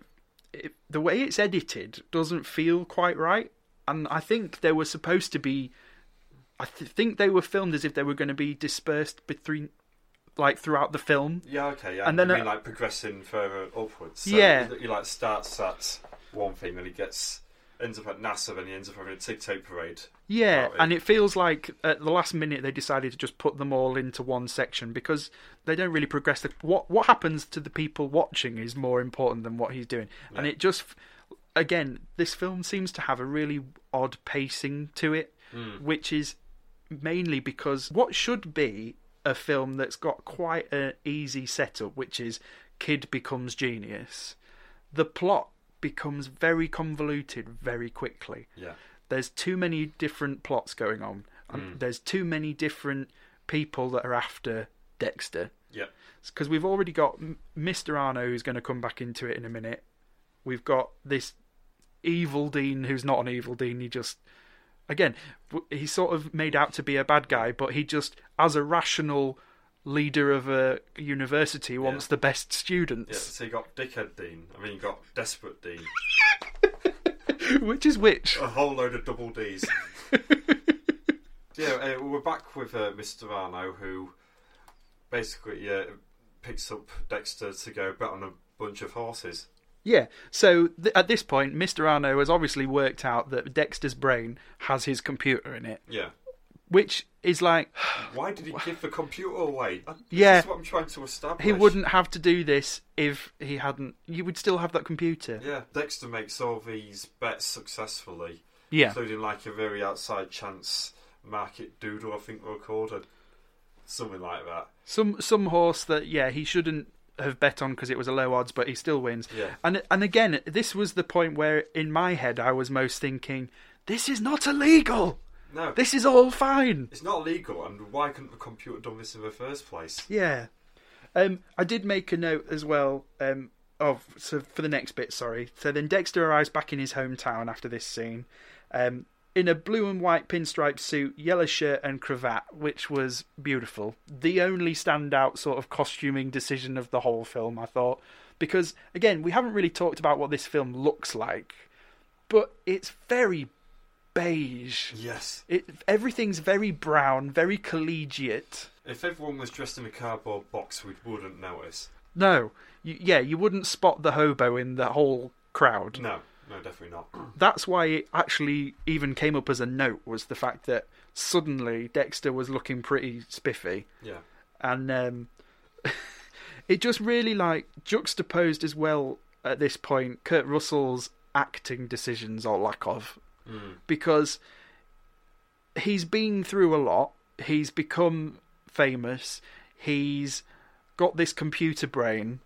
B: it the way it's edited doesn't feel quite right. And I think they were supposed to be, I th- think they were filmed as if they were going to be dispersed between, like throughout the film.
C: Yeah, okay. Yeah.
B: And then
C: I
B: a-
C: mean, like progressing further upwards. So
B: Yeah.
C: He, he like starts at one thing, then he gets ends up at NASA, then he ends up having a tic tac parade.
B: Yeah,
C: Right.
B: and it feels like at the last minute they decided to just put them all into one section because they don't really progress. The, what what happens to the people watching is more important than what he's doing, and
C: Yeah.
B: it just again this film seems to have a really odd pacing to it, which is mainly because what should be a film that's got quite an easy setup, which is kid becomes genius, the plot becomes very convoluted very quickly
C: Yeah.
B: there's too many different plots going on. And There's too many different people that are after Dexter.
C: Yeah.
B: Because we've already got M- Mr. Arno, who's going to come back into it in a minute. We've got this evil Dean, who's not an evil Dean. He just, again, w- he's sort of made out to be a bad guy, but he just, as a rational leader of a university, wants the best
C: Yeah.
B: students.
C: So you got Dickhead Dean. I mean, you got Desperate Dean.
B: which is which?
C: A whole load of double D's. yeah, uh, we're back with uh, Mr. Arno, who basically uh, picks up Dexter to go bet on a bunch of horses.
B: Yeah. So th- at this point, Mr. Arno has obviously worked out that Dexter's brain has his computer in it,
C: Yeah.
B: which is like
C: Why did he give the computer away? That's
B: Yeah.
C: what I'm trying to establish.
B: he wouldn't have to do this if he hadn't. You would still have that computer.
C: Yeah, Dexter makes all these bets successfully,
B: Yeah.
C: including like a very outside chance market doodle, I think we're called, and something like that.
B: Some some horse that yeah he shouldn't have bet on because it was a low odds, but he still wins.
C: Yeah.
B: And and again, this was the point where in my head I was most thinking, this is not illegal.
C: No,
B: This is all fine.
C: it's not legal, and why couldn't the computer done this in the first place?
B: Yeah. Um, I did make a note as well um, of so for the next bit. Sorry. So then Dexter arrives back in his hometown after this scene, um, in a blue and white pinstripe suit, yellow shirt and cravat, which was beautiful. The only standout sort of costuming decision of the whole film, I thought, because again we haven't really talked about what this film looks like, but it's very beige.
C: Yes.
B: It everything's very brown, very collegiate.
C: If everyone was dressed in a cardboard box, we wouldn't notice.
B: No, you, yeah, you wouldn't spot the hobo in the whole crowd.
C: No, no, definitely not.
B: That's why it actually even came up as a note was the fact that suddenly Dexter was looking pretty spiffy,
C: Yeah.
B: and um, it just really like juxtaposed as well at this point Kurt Russell's acting decisions or lack of
C: Mm.
B: because he's been through a lot. He's become famous. He's got this computer brain,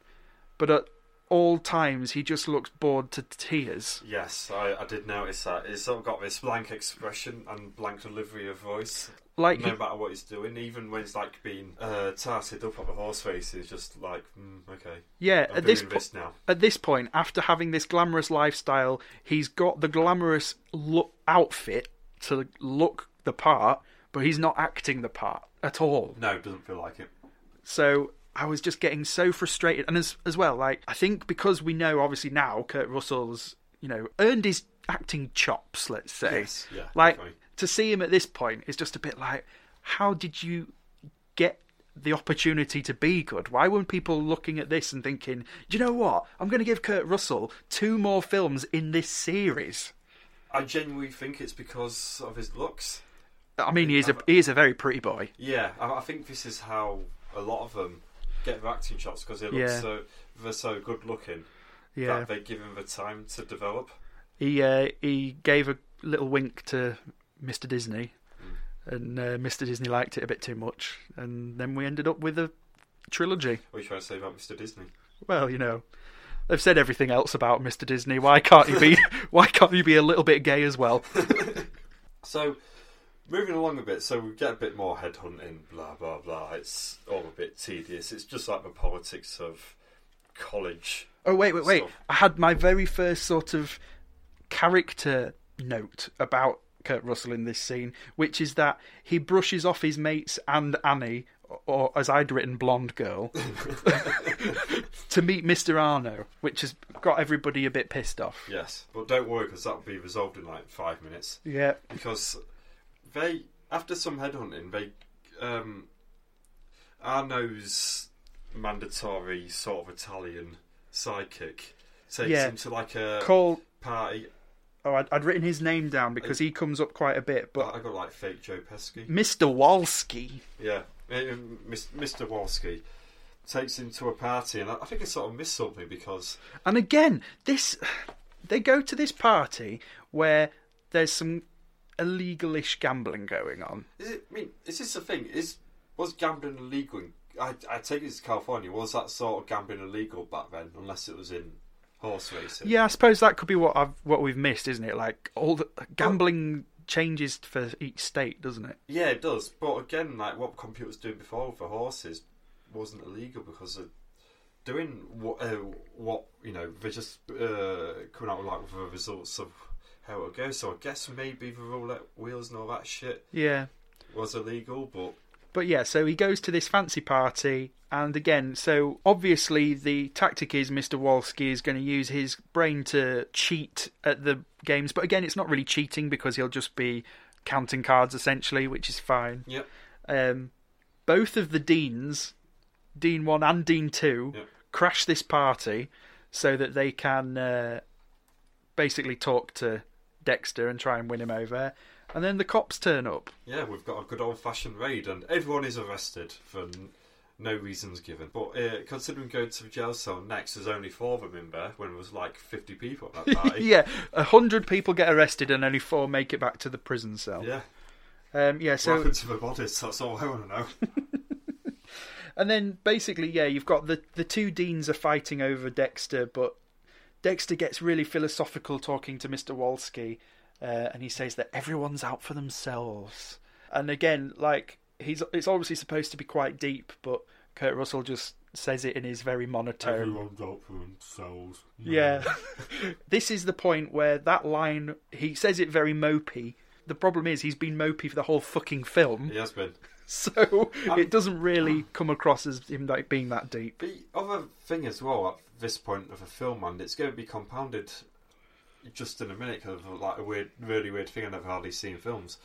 B: but at all times he just looks bored to tears.
C: Yes, I, I did notice that. He's sort of got this blank expression and blank delivery of voice.
B: Like
C: no
B: he-
C: matter what he's doing, even when it's like being uh, tarted up at the horse face, he's just like, mm, okay,
B: yeah,
C: I'm
B: at
C: doing
B: this
C: this,
B: po-
C: now.
B: at this point, after having this glamorous lifestyle, he's got the glamorous look outfit to look the part, but he's not acting the part at all.
C: No, it doesn't feel like it.
B: So I was just getting so frustrated, and as as well, like I think because we know obviously now Kurt Russell's you know earned his acting chops, let's say.
C: Yes, yeah,
B: like
C: definitely.
B: to see him at this point is just a bit like, how did you get the opportunity to be good? Why weren't people looking at this and thinking, do you know what? I'm going to give Kurt Russell two more films in this series.
C: I genuinely think it's because of his looks.
B: I mean, he is a he is a very pretty boy.
C: Yeah, I, I think this is how a lot of them get their acting shots because they look
B: Yeah.
C: so they're so good looking
B: Yeah,
C: that they give him the time to develop.
B: he uh, he gave a little wink to Mr. Disney, and uh, Mr. Disney liked it a bit too much, and then we ended up with a trilogy.
C: What are you trying to say about Mr. Disney?
B: Well, you know, they've said everything else about Mr. Disney. Why can't you be? why can't you be a little bit gay as well?
C: So, moving along a bit, so we get a bit more headhunting, blah blah blah. It's all a bit tedious. It's just like the politics of college.
B: Oh wait, wait, wait!
C: So-
B: I had my very first sort of character note about Kurt Russell in this scene, which is that he brushes off his mates and Annie, or as I'd written, blonde girl, to meet Mister Arno, which has got everybody a bit pissed off.
C: Yes, but don't worry because that'll be resolved in like five minutes.
B: Yeah,
C: Because they, after some headhunting, they um, Arno's mandatory sort of Italian sidekick takes
B: Yeah.
C: him to like a
B: call.
C: party.
B: Oh, I'd, I'd written his name down because he comes up quite a bit, but
C: I got like fake Joe Pesky.
B: Mister Walski.
C: Yeah, eh, um, Mis- Mr. Wolski takes him to a party, and I I think I sort of missed something because
B: And again, this they go to this party where there's some illegalish gambling going on.
C: is it? I mean, is this the thing? Is was gambling illegal? In, I I take it to California. Was that sort of gambling illegal back then? Unless it was in horse racing.
B: Yeah, I suppose that could be what I've what we've missed, isn't it? Like all the gambling changes for each state, doesn't it?
C: Yeah, it does. But again, like what computers doing before for horses wasn't illegal because of doing what uh, what you know they're just uh, coming out with like the results of how it goes. So I guess maybe the roulette wheels and all that shit
B: Yeah.
C: was illegal, but
B: But yeah, so he goes to this fancy party, and again, so obviously the tactic is Mr. Wolski is going to use his brain to cheat at the games. But again, it's not really cheating because he'll just be counting cards essentially, which is fine.
C: Yep.
B: Um, both of the deans, Dean 1 and Dean 2,
C: Yep.
B: crash this party so that they can uh, basically talk to Dexter and try and win him over. And then the cops turn up.
C: yeah, we've got a good old fashioned raid, and everyone is arrested for n- no reasons given. But uh, considering going to the jail cell next, there's only four of them in there when there was like 50 people at that party.
B: Yeah, a hundred people get arrested and only four make it back to the prison cell.
C: Yeah,
B: Um, yeah.
C: what
B: So
C: happened to the bodies? That's all I want to know.
B: and then basically, yeah, you've got the the two deans are fighting over Dexter, but Dexter gets really philosophical talking to Mister Wolski, uh, and he says that everyone's out for themselves. And again, like he's it's obviously supposed to be quite deep, but Kurt Russell just says it in his very monotone.
C: Everyone's out for themselves.
B: Yeah. this is the point where that line, he says it very mopey. The problem is he's been mopey for the whole fucking film,
C: He has been.
B: so it doesn't really come across as him like being that deep.
C: The other thing as well at this point of the film, and it's going to be compounded just in a minute because of like a weird, really weird thing I never hardly seen in films.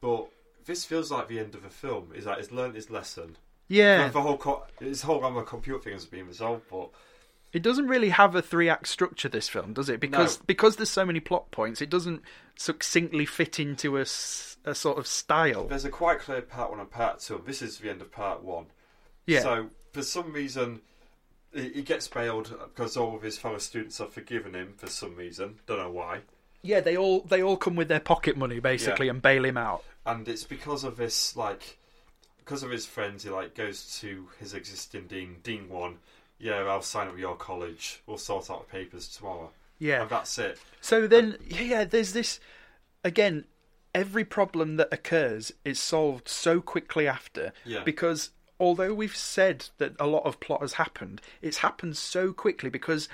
C: But this feels like the end of the film. Is that he's learned his lesson.
B: Yeah,
C: Like the whole co- his whole Rambo computer thing has been resolved, but
B: it doesn't really have a three-act structure. This film does it because
C: No.
B: because there's so many plot points, it doesn't succinctly fit into a, s- a sort of style.
C: there's a quite clear part one and part two. This is the end of part one.
B: Yeah,
C: So for some reason, he he gets bailed because all of his fellow students have forgiven him for some reason. Don't know why.
B: yeah, they all they all come with their pocket money basically and bail him out.
C: and it's because of this like because of his friends, he like goes to his existing dean, Dean One. Yeah, I'll sign up at your college. We'll sort out the papers tomorrow,
B: Yeah.
C: and that's it.
B: So then, yeah, there's this again. Every problem that occurs is solved so quickly after
C: Yeah.
B: because although we've said that a lot of plot has happened, it's happened so quickly because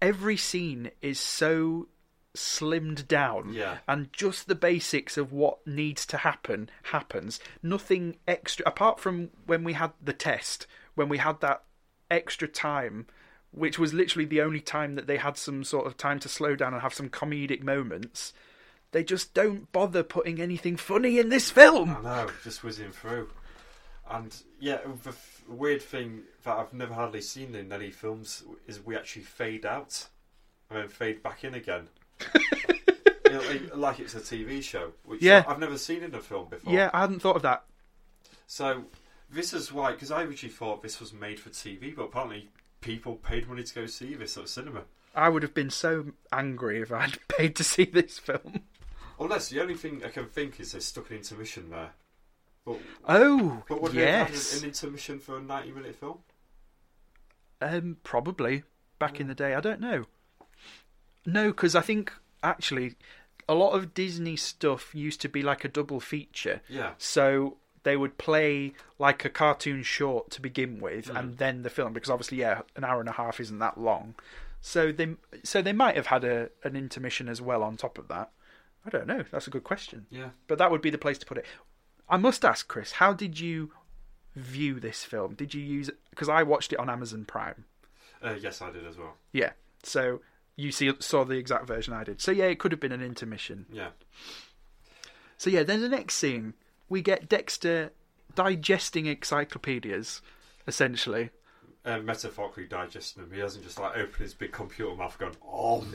B: every scene is so slimmed down
C: Yeah.
B: and just the basics of what needs to happen happens nothing extra apart from when we had the test when we had that extra time which was literally the only time that they had some sort of time to slow down and have some comedic moments they just don't bother putting anything funny in this film
C: I know, just whizzing through. And yeah, the f- weird thing that I've never hardly seen in any films is we actually fade out and then fade back in again. You know, like- like it's a TV show, which
B: Yeah.
C: I've never seen in a film before.
B: yeah i hadn't thought of that
C: So this is why, because I originally thought this was made for TV, but apparently people paid money to go see this at cinema.
B: i would have been so angry if i'd paid to see this film
C: Unless the only thing I can think is they stuck an intermission there. But,
B: oh
C: but would
B: yes
C: they have had an intermission for a 90 minute film?
B: Um, probably back in the day. I don't know. No, because I think actually a lot of Disney stuff used to be like a double feature.
C: Yeah.
B: So they would play like a cartoon short to begin with, and then the film. Because obviously, yeah, an hour and a half isn't that long. So they so they might have had a an intermission as well on top of that. I don't know. That's a good question.
C: Yeah.
B: But that would be the place to put it. I must ask, Chris, how did you view this film? Did you use because I watched it on Amazon Prime.
C: Uh, yes, I did as well.
B: Yeah. So you see, saw the exact version I did. So yeah, it could have been an intermission.
C: Yeah.
B: So yeah, then the next scene we get Dexter digesting encyclopedias, essentially.
C: Uh, metaphorically digesting them. He doesn't just like open his big computer mouth going, oh.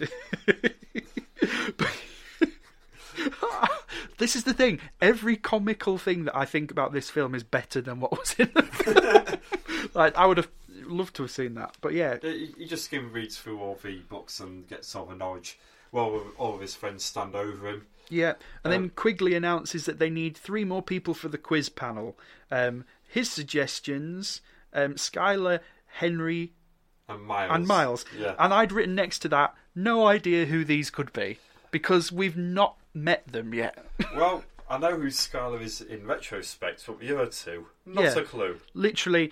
B: This is the thing. Every comical thing that I think about this film is better than what was in the film. like I would have loved to have seen that, but yeah,
C: he, he just skim reads through all the books and gets all the knowledge. Well, all of his friends stand over him.
B: Yeah, and
C: Um,
B: then Quigley announces that they need three more people for the quiz panel. Um, his suggestions: um, Skylar, Henry,
C: And Miles.
B: and Miles.
C: Yeah.
B: And I'd written next to that, no idea who these could be because we've not met them yet.
C: well, I know who Skylar is in retrospect, but the other two, not
B: Yeah.
C: a clue.
B: Literally,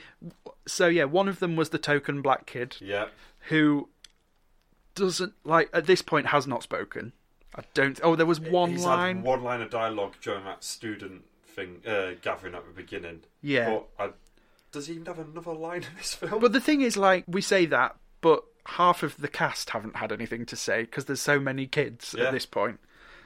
B: so yeah, one of them was the token black kid
C: Yeah.
B: who doesn't like at this point has not spoken. I don't. Oh, there was one
C: He's
B: line.
C: had one line of dialogue during that student thing uh, gathering at the beginning.
B: Yeah.
C: But I, does he even have another line in this film?
B: But the thing is, like, we say that, but half of the cast haven't had anything to say because there's so many kids
C: Yeah.
B: at this point.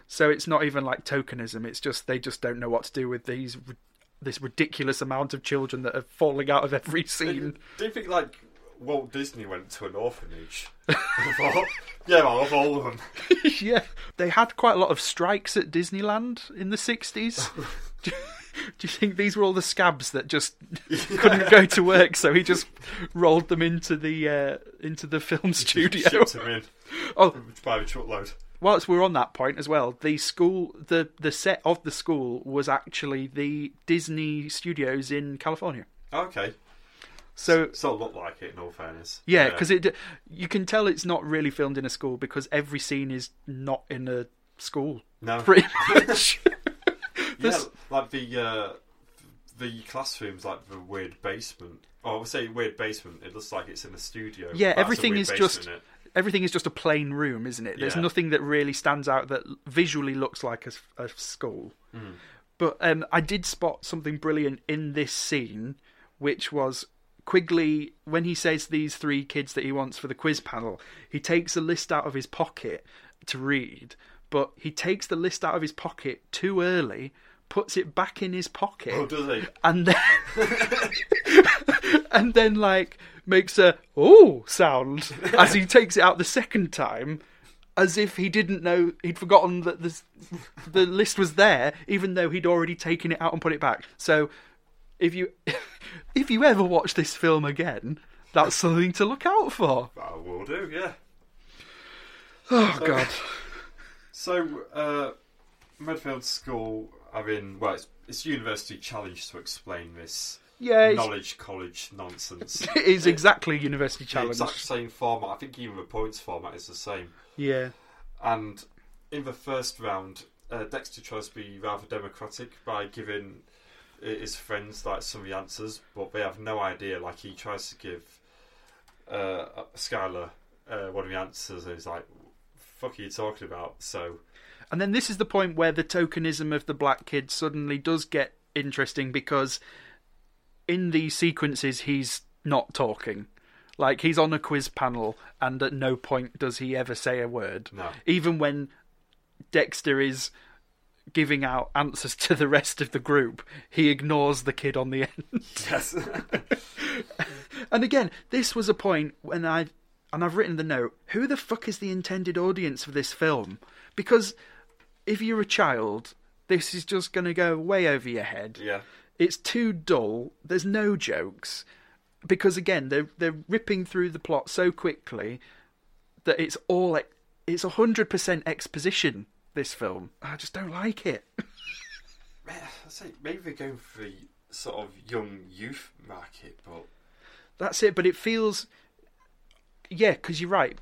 B: So it's not even like tokenism. It's just they just don't know what to do with these ri- this ridiculous amount of children that are falling out of every scene.
C: Do you think like Walt Disney went to an orphanage? yeah, I love all of them.
B: yeah, they had quite a lot of strikes at Disneyland in the '60s. do you think these were all the scabs that just couldn't go to work, so he just rolled them into the uh, into the film studio?
C: Shipped them in
B: Oh,
C: by the truckload.
B: whilst we're on that point as well, the school, the the set of the school was actually the Disney Studios in California.
C: Okay,
B: So
C: so it looked like it. In all fairness,
B: yeah, because it you can tell it's not really filmed in a school because every scene is not in a school,
C: no,
B: pretty much. this-
C: yeah, like the uh, the classrooms, like the weird basement. Oh, I would say weird basement. It looks like it's in a studio.
B: Yeah,
C: That's a
B: everything
C: weird
B: is
C: basement,
B: just-
C: isn't it?
B: Everything is just a plain room, isn't it? There's
C: Yeah.
B: nothing that really stands out that visually looks like a, s- a school.
C: Mm-hmm.
B: But um, I did spot something brilliant in this scene, which was Quigley, when he says these three kids that he wants for the quiz panel, he takes a list out of his pocket to read, but he takes the list out of his pocket too early, puts it back in his pocket
C: Oh, does he?
B: and then and then like makes a oh sound as he takes it out the second time as if he didn't know he'd forgotten that this, the list was there even though he'd already taken it out and put it back so if you if you ever watch this film again that's something to look out for
C: I Oh, will do. Yeah.
B: oh god
C: So uh, Medfield School are in, well, it's, it's university challenge to explain this
B: Yeah, it's,
C: knowledge college nonsense.
B: it is exactly University
C: the
B: Challenge.
C: exact same format. I think even the points format is the same.
B: Yeah.
C: And in the first round, uh, Dexter tries to be rather democratic by giving i- his friends like some of the answers, but they have no idea. Like he tries to give uh, Skylar uh, one of the answers, and he's like, "Fuck are you talking about?" So
B: And then this is the point where the tokenism of the black kid suddenly does get interesting because in these sequences he's not talking. Like he's on a quiz panel and at no point does he ever say a word.
C: no,
B: Even when Dexter is giving out answers to the rest of the group, he ignores the kid on the end.
C: yes,
B: And again, this was a point when I and I've written the note, who the fuck is the intended audience for this film? Because if you're a child, this is just going to go way over your head.
C: yeah,
B: It's too dull. There's no jokes. Because again, they're they're ripping through the plot so quickly that it's all ex- it's 100% exposition this film. I just don't like it.
C: I say maybe they're going for the sort of young youth market, but
B: That's it, but it feels yeah, cuz you're right.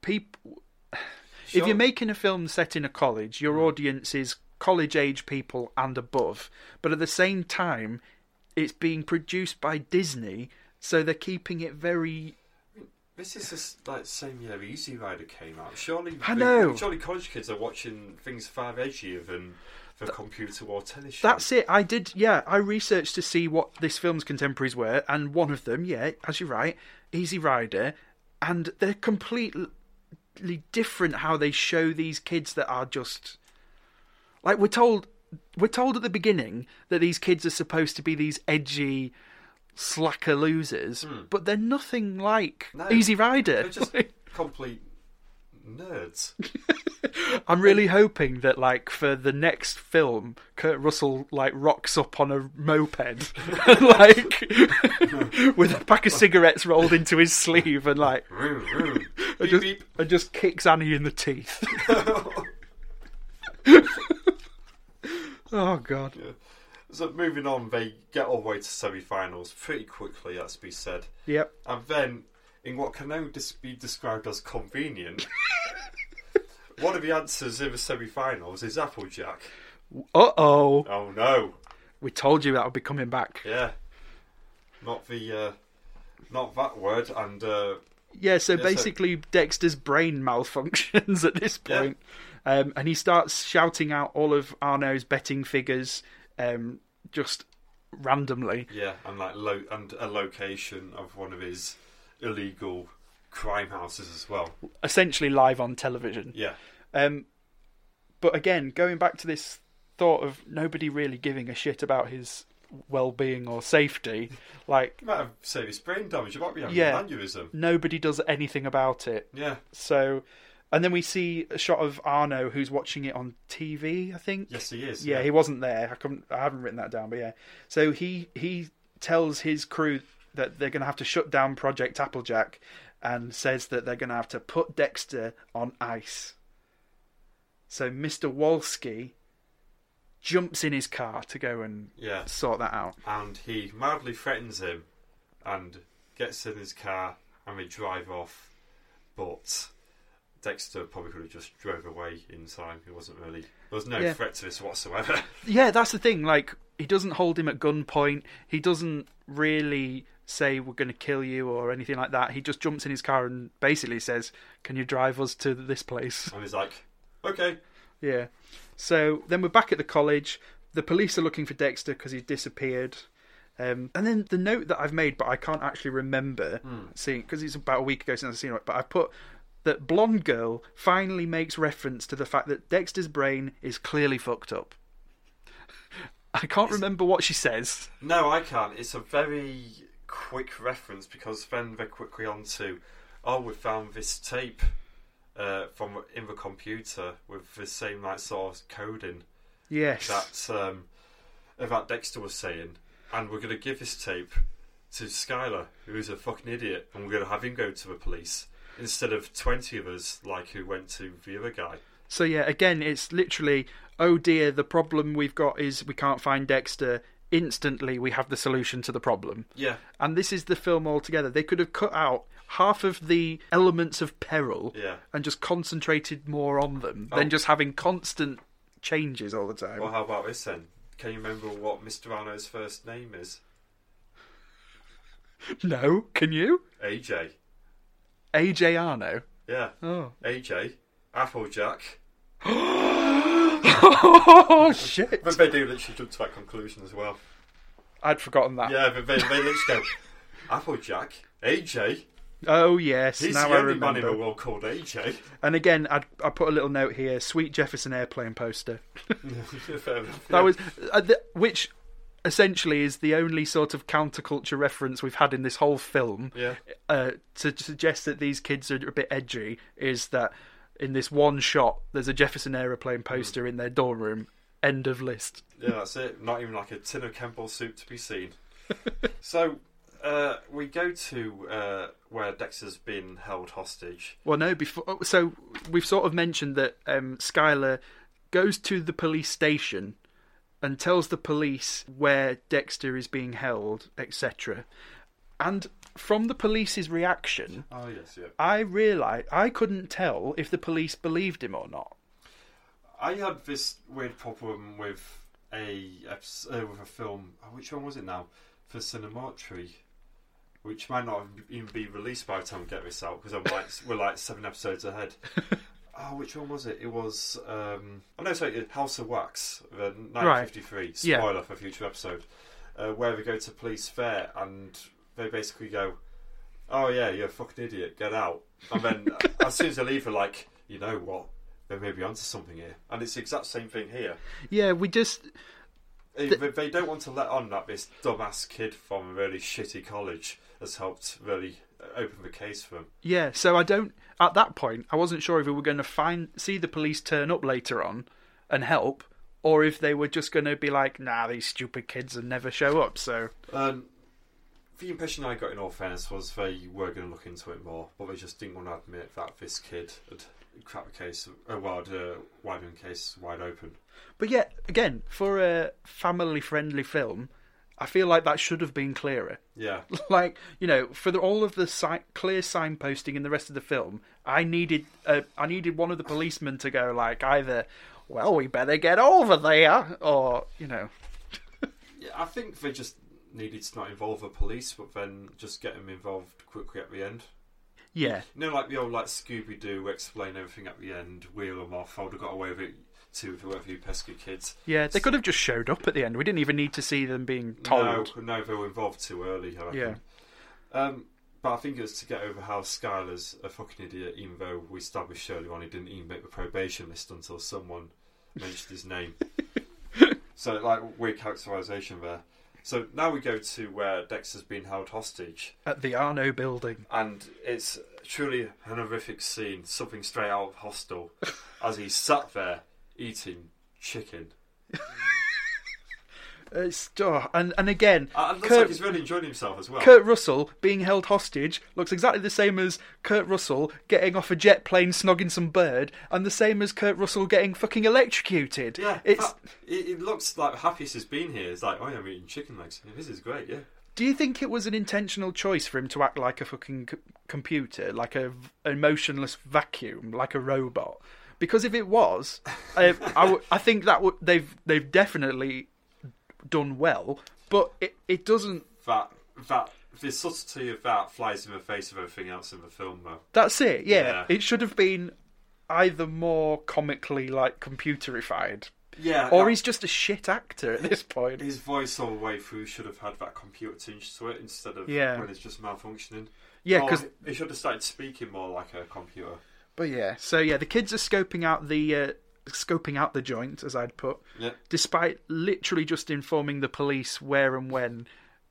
B: People If
C: Sure.
B: you're making a film set in a college, your audience is college age people and above. But at the same time, it's being produced by Disney, so they're keeping it very.
C: This is just like same year Easy Rider came out. Surely,
B: I
C: the-
B: know.
C: surely college kids are watching things far edgier than the computer or television.
B: That's it. I did, yeah, I researched to see what this film's contemporaries were, and one of them, yeah, as you're right, Easy Rider, and they're completely different how they show these kids that are just. Like, we're told. We're told at the beginning that these kids are supposed to be these edgy, slacker losers, but they're nothing like
C: Hmm. No.
B: Easy Rider.
C: they're just complete nerds.
B: I'm really hoping that, like, for the next film, Kurt Russell like rocks up on a moped, and, like, with a pack of cigarettes rolled into his sleeve, and like,
C: Vroom, vroom.
B: and
C: Beep,
B: just,
C: beep.
B: and just kicks Annie in the teeth. oh God!
C: So moving on, they get all the way to semi-finals pretty quickly. That's to be said.
B: Yep.
C: And then, in what can now dis- be described as convenient, one of the answers in the semi-finals is Applejack.
B: Uh oh.
C: Oh no.
B: We told you that would be coming back.
C: Yeah. Not the uh not that word and uh
B: Yeah. So
C: so-
B: basically, Dexter's brain malfunctions at this
C: Yeah.
B: point, um, and he starts shouting out all of Arno's betting figures, um, just randomly.
C: yeah, and like lo- and a location of one of his illegal crime houses as well.
B: essentially live on television.
C: Yeah.
B: Um, but again, going back to this thought of nobody really giving a shit about his well-being or safety, like
C: You might have serious brain damage, you might be having
B: Yeah.
C: an aneurysm.
B: nobody does anything about it.
C: Yeah.
B: So, and then we see a shot of Arno who's watching it on TV. I think.
C: Yes he is.
B: Yeah, he wasn't there. I couldn't. I haven't written that down, but yeah. So he he tells his crew that they're going to have to shut down Project Applejack, and says that they're going to have to put Dexter on ice. So Mr. Wolski jumps in his car to go and
C: Yeah.
B: sort that out.
C: And he mildly threatens him and gets in his car and they drive off. But Dexter probably could have just drove away in time. It wasn't really there was no
B: Yeah.
C: threat to this whatsoever.
B: Yeah, that's the thing. Like he doesn't hold him at gunpoint. He doesn't really say we're going to kill you or anything like that. He just jumps in his car and basically says, "Can you drive us to this place?"
C: and he's like, Okay,
B: Yeah. So then we're back at the college. The police are looking for Dexter because he's disappeared. Um, and then the note that I've made, but I can't actually remember seeing because it's about a week ago since I've seen it. But I put that blonde girl finally makes reference to the fact that Dexter's brain is clearly fucked up. I can't remember what she says.
C: No, I can't. It's a very quick reference because then they're quickly on to, oh, we found this tape uh, from in the computer with the same like sort of coding
B: Yes.
C: that um, that Dexter was saying, and we're gonna give this tape to Skylar, who is a fucking idiot, and we're gonna have him go to the police instead of twenty of us like who went to the other guy.
B: So yeah, again, it's literally, oh dear, the problem we've got is we can't find Dexter. Instantly, we have the solution to the problem.
C: Yeah.
B: And this is the film altogether. They could have cut out half of the elements of peril
C: Yeah. Oh.
B: and just concentrated more on them than just having constant changes all the time.
C: Well, how about this then? Can you remember what Mr. Anno's first name is?
B: No, can you?
C: AJ.
B: AJ Arno.
C: Yeah.
B: Oh.
C: AJ. Applejack.
B: oh shit!
C: But they do literally jump to that conclusion as well.
B: I'd forgotten that.
C: Yeah, but they, they literally go, Applejack, AJ.
B: Oh yes,
C: He's
B: now
C: the
B: I
C: only man in the
B: remember.
C: world called AJ.
B: And again, I'd, I put a little note here: Sweet Jefferson Airplane poster.
C: Fair enough.
B: That was uh, the, which essentially is the only sort of counterculture reference we've had in this whole film
C: Yeah.
B: uh, to suggest that these kids are a bit edgy is that in this one shot there's a Jefferson Airplane poster in their dorm room. End of list.
C: Yeah, that's it. Not even like a tin of Campbell soup to be seen. so uh, we go to uh, where Dexter's been held hostage.
B: Well, no, before so we've sort of mentioned that um, Skylar goes to the police station and tells the police where Dexter is being held, etc. And from the police's reaction,
C: Oh yes, yeah.
B: I realised I couldn't tell if the police believed him or not.
C: I had this weird problem with a epis- uh, with a film. oh, Which one was it now? For Cinematry, which might not even be released by the time we get this out because I'm like we're like seven episodes ahead. oh, which one was it? It was um, oh no, sorry, House of Wax, the 1953.
B: Yeah.
C: Spoiler for a future episode, uh, where they go to police fair and they basically go, "Oh yeah, you're a fucking idiot, get out." And then as soon as they leave, they're like, "You know what?" They may be onto something here, and it's the exact same thing here.
B: Yeah, we just
C: They, they don't want to let on that this dumbass kid from a really shitty college has helped really uh, open the case for them.
B: yeah. So I don't at that point I wasn't sure if we were going to find see the police turn up later on and help, or if they were just going to be like, nah, these stupid kids and never show up. So
C: Um, the impression I got in all fairness was they were going to look into it more, but they just didn't want to admit that this kid had cracked the case, a wide, uh, wide open case wide open.
B: But yet, again, for a family friendly film, I feel like that should have been clearer.
C: Yeah,
B: Like, you know, for the, all of the si- clear signposting in the rest of the film, I needed uh, I needed one of the policemen to go, like, either, well, we better get over there, or, you know.
C: Yeah, I think they just needed to not involve the police, but then just get them involved quickly at the end.
B: Yeah.
C: You know, like the old like Scooby Doo, explain everything at the end, wheel them off. I would have got away with it too if it weren't for you pesky kids.
B: Yeah, they could have just showed up at the end. We didn't even need to see them being
C: No,
B: told.
C: no, they were involved too early. I reckon.
B: Yeah.
C: Um, but I think it was to get over how Skylar's a fucking idiot, even though we established earlier on he didn't even make the probation list until someone mentioned his name. so, like, weird characterisation there. So now we go to where Dexter's been held hostage,
B: At the Arno building.
C: and it's truly an horrific scene, something straight out of Hostel, as he sat there eating chicken.
B: It's, oh, and, and again,
C: And Uh, it looks
B: Kurt-
C: like he's really enjoying himself as well.
B: Kurt Russell being held hostage looks exactly the same as Kurt Russell getting off a jet plane snogging some bird, and the same as Kurt Russell getting fucking electrocuted.
C: Yeah,
B: it's.
C: that- it, it looks like the happiest he's been here. It's like, oh, yeah, I'm eating chicken legs. Yeah, This is great, yeah.
B: Do you think it was an intentional choice for him to act like a fucking c- computer, like a v- emotionless vacuum, like a robot? Because if it was, I, I, w- I think that w- they've they've definitely done well, but it, it doesn't.
C: That that the subtlety of that flies in the face of everything else in the film, though.
B: That's it.
C: Yeah.
B: yeah. it should have been either more comically like computerified
C: Yeah,
B: Or
C: that-
B: he's just a shit actor at this point.
C: his voice all the way through should have had that computer tinge to it instead of
B: Yeah.
C: when it's just malfunctioning.
B: Yeah,
C: Or
B: 'cause-
C: he should have started speaking more like a computer.
B: But yeah, so yeah, the kids are scoping out the uh, scoping out the joint, as I'd put,
C: Yeah,
B: despite literally just informing the police where and when